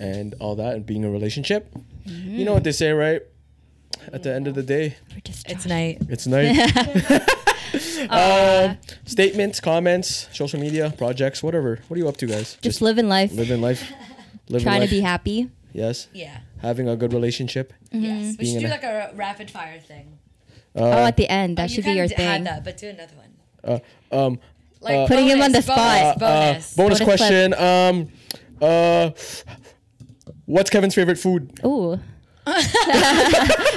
S2: and all that and being in a relationship. You know what they say, right? At the end of the day,
S3: We're just
S1: It's
S3: joshing.
S1: night.
S2: it's nice. um, statements, comments, social media, projects, whatever. What are you up to, guys?
S3: Just living life.
S2: living life. Living
S3: Trying
S2: life.
S3: to be happy.
S2: Yes.
S1: Yeah.
S2: Having a good relationship.
S3: Mm-hmm.
S1: Yes. We
S2: Being
S1: should
S2: in
S1: do
S2: a-
S1: like a rapid fire thing.
S3: oh, at the end. That
S1: you
S3: should be
S1: kinda
S3: your
S1: d- Had
S3: thing.
S1: that, but do another one.
S2: Uh, um,
S1: Like
S3: Putting him on the
S1: bonus,
S3: spot.
S1: Bonus.
S2: Uh, bonus
S3: Bonus clip.
S2: question. Um, uh, what's Kevin's favorite food?
S3: Ooh.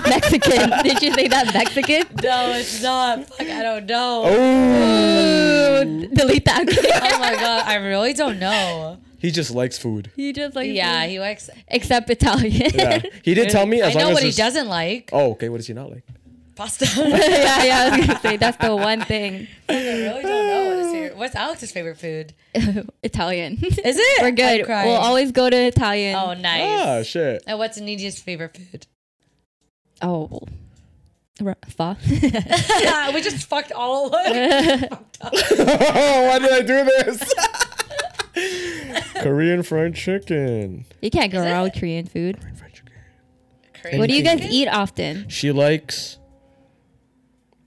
S3: Mexican. Did you say that Mexican?
S1: no, it's not. Fuck, I don't know. Oh.
S2: Oh,
S3: Delete that.
S1: my god, I really don't know.
S2: he just likes food.
S3: He just like
S1: Yeah, he likes.
S3: except Italian.
S2: Yeah, he did tell me. As
S1: I know
S2: long
S1: what he
S2: as it's-
S1: doesn't like.
S2: Oh, okay. What does he not like?
S1: Pasta.
S3: yeah, yeah. I was gonna say that's the one thing.
S1: I really don't know what his favorite. What's Alex's favorite food?
S3: Italian.
S1: Is it?
S3: We're
S1: I'm
S3: good.
S1: crying.
S3: We'll always go to Italian.
S1: oh,
S2: Ah,
S1: nice.
S2: shit.
S1: and what's Nidia's favorite food?
S3: Oh. well. Ra- Fa.
S1: we just fucked all of them.
S2: Why did I do this? Korean fried chicken.
S3: you can't go
S1: Is it?
S3: wrong with Korean food.
S2: Korean fried chicken.
S1: Crazy.
S3: What do you guys
S2: Anything.
S3: eat often?
S2: She likes.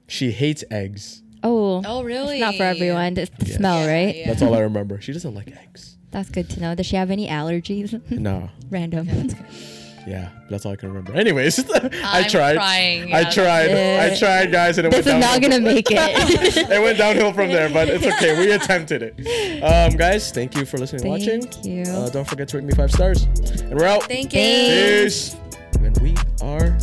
S2: She hates eggs.
S3: Oh,
S1: Oh, really?
S3: it's not for everyone. It's the
S2: Yeah.
S3: smell,
S1: Yeah,
S3: right?
S1: yeah.
S2: That's all I remember. She doesn't like eggs.
S3: That's good to know. Does she have any allergies?
S2: No.
S3: Random.
S2: Yeah, that's all I can remember. Anyways, I
S1: I'm
S2: tried.
S1: crying,
S2: I
S1: yeah,
S2: tried. I
S3: that's-
S2: tried, guys, and it
S3: This is
S2: went downhill.
S3: not gonna make it.
S2: it went downhill from there, but it's okay. We attempted it. Um, guys, thank you for listening and watching.
S3: Thank you.
S2: Uh, don't forget to rate me five stars, and we're out.
S1: Thank you.
S3: Thank-
S2: Peace. And we are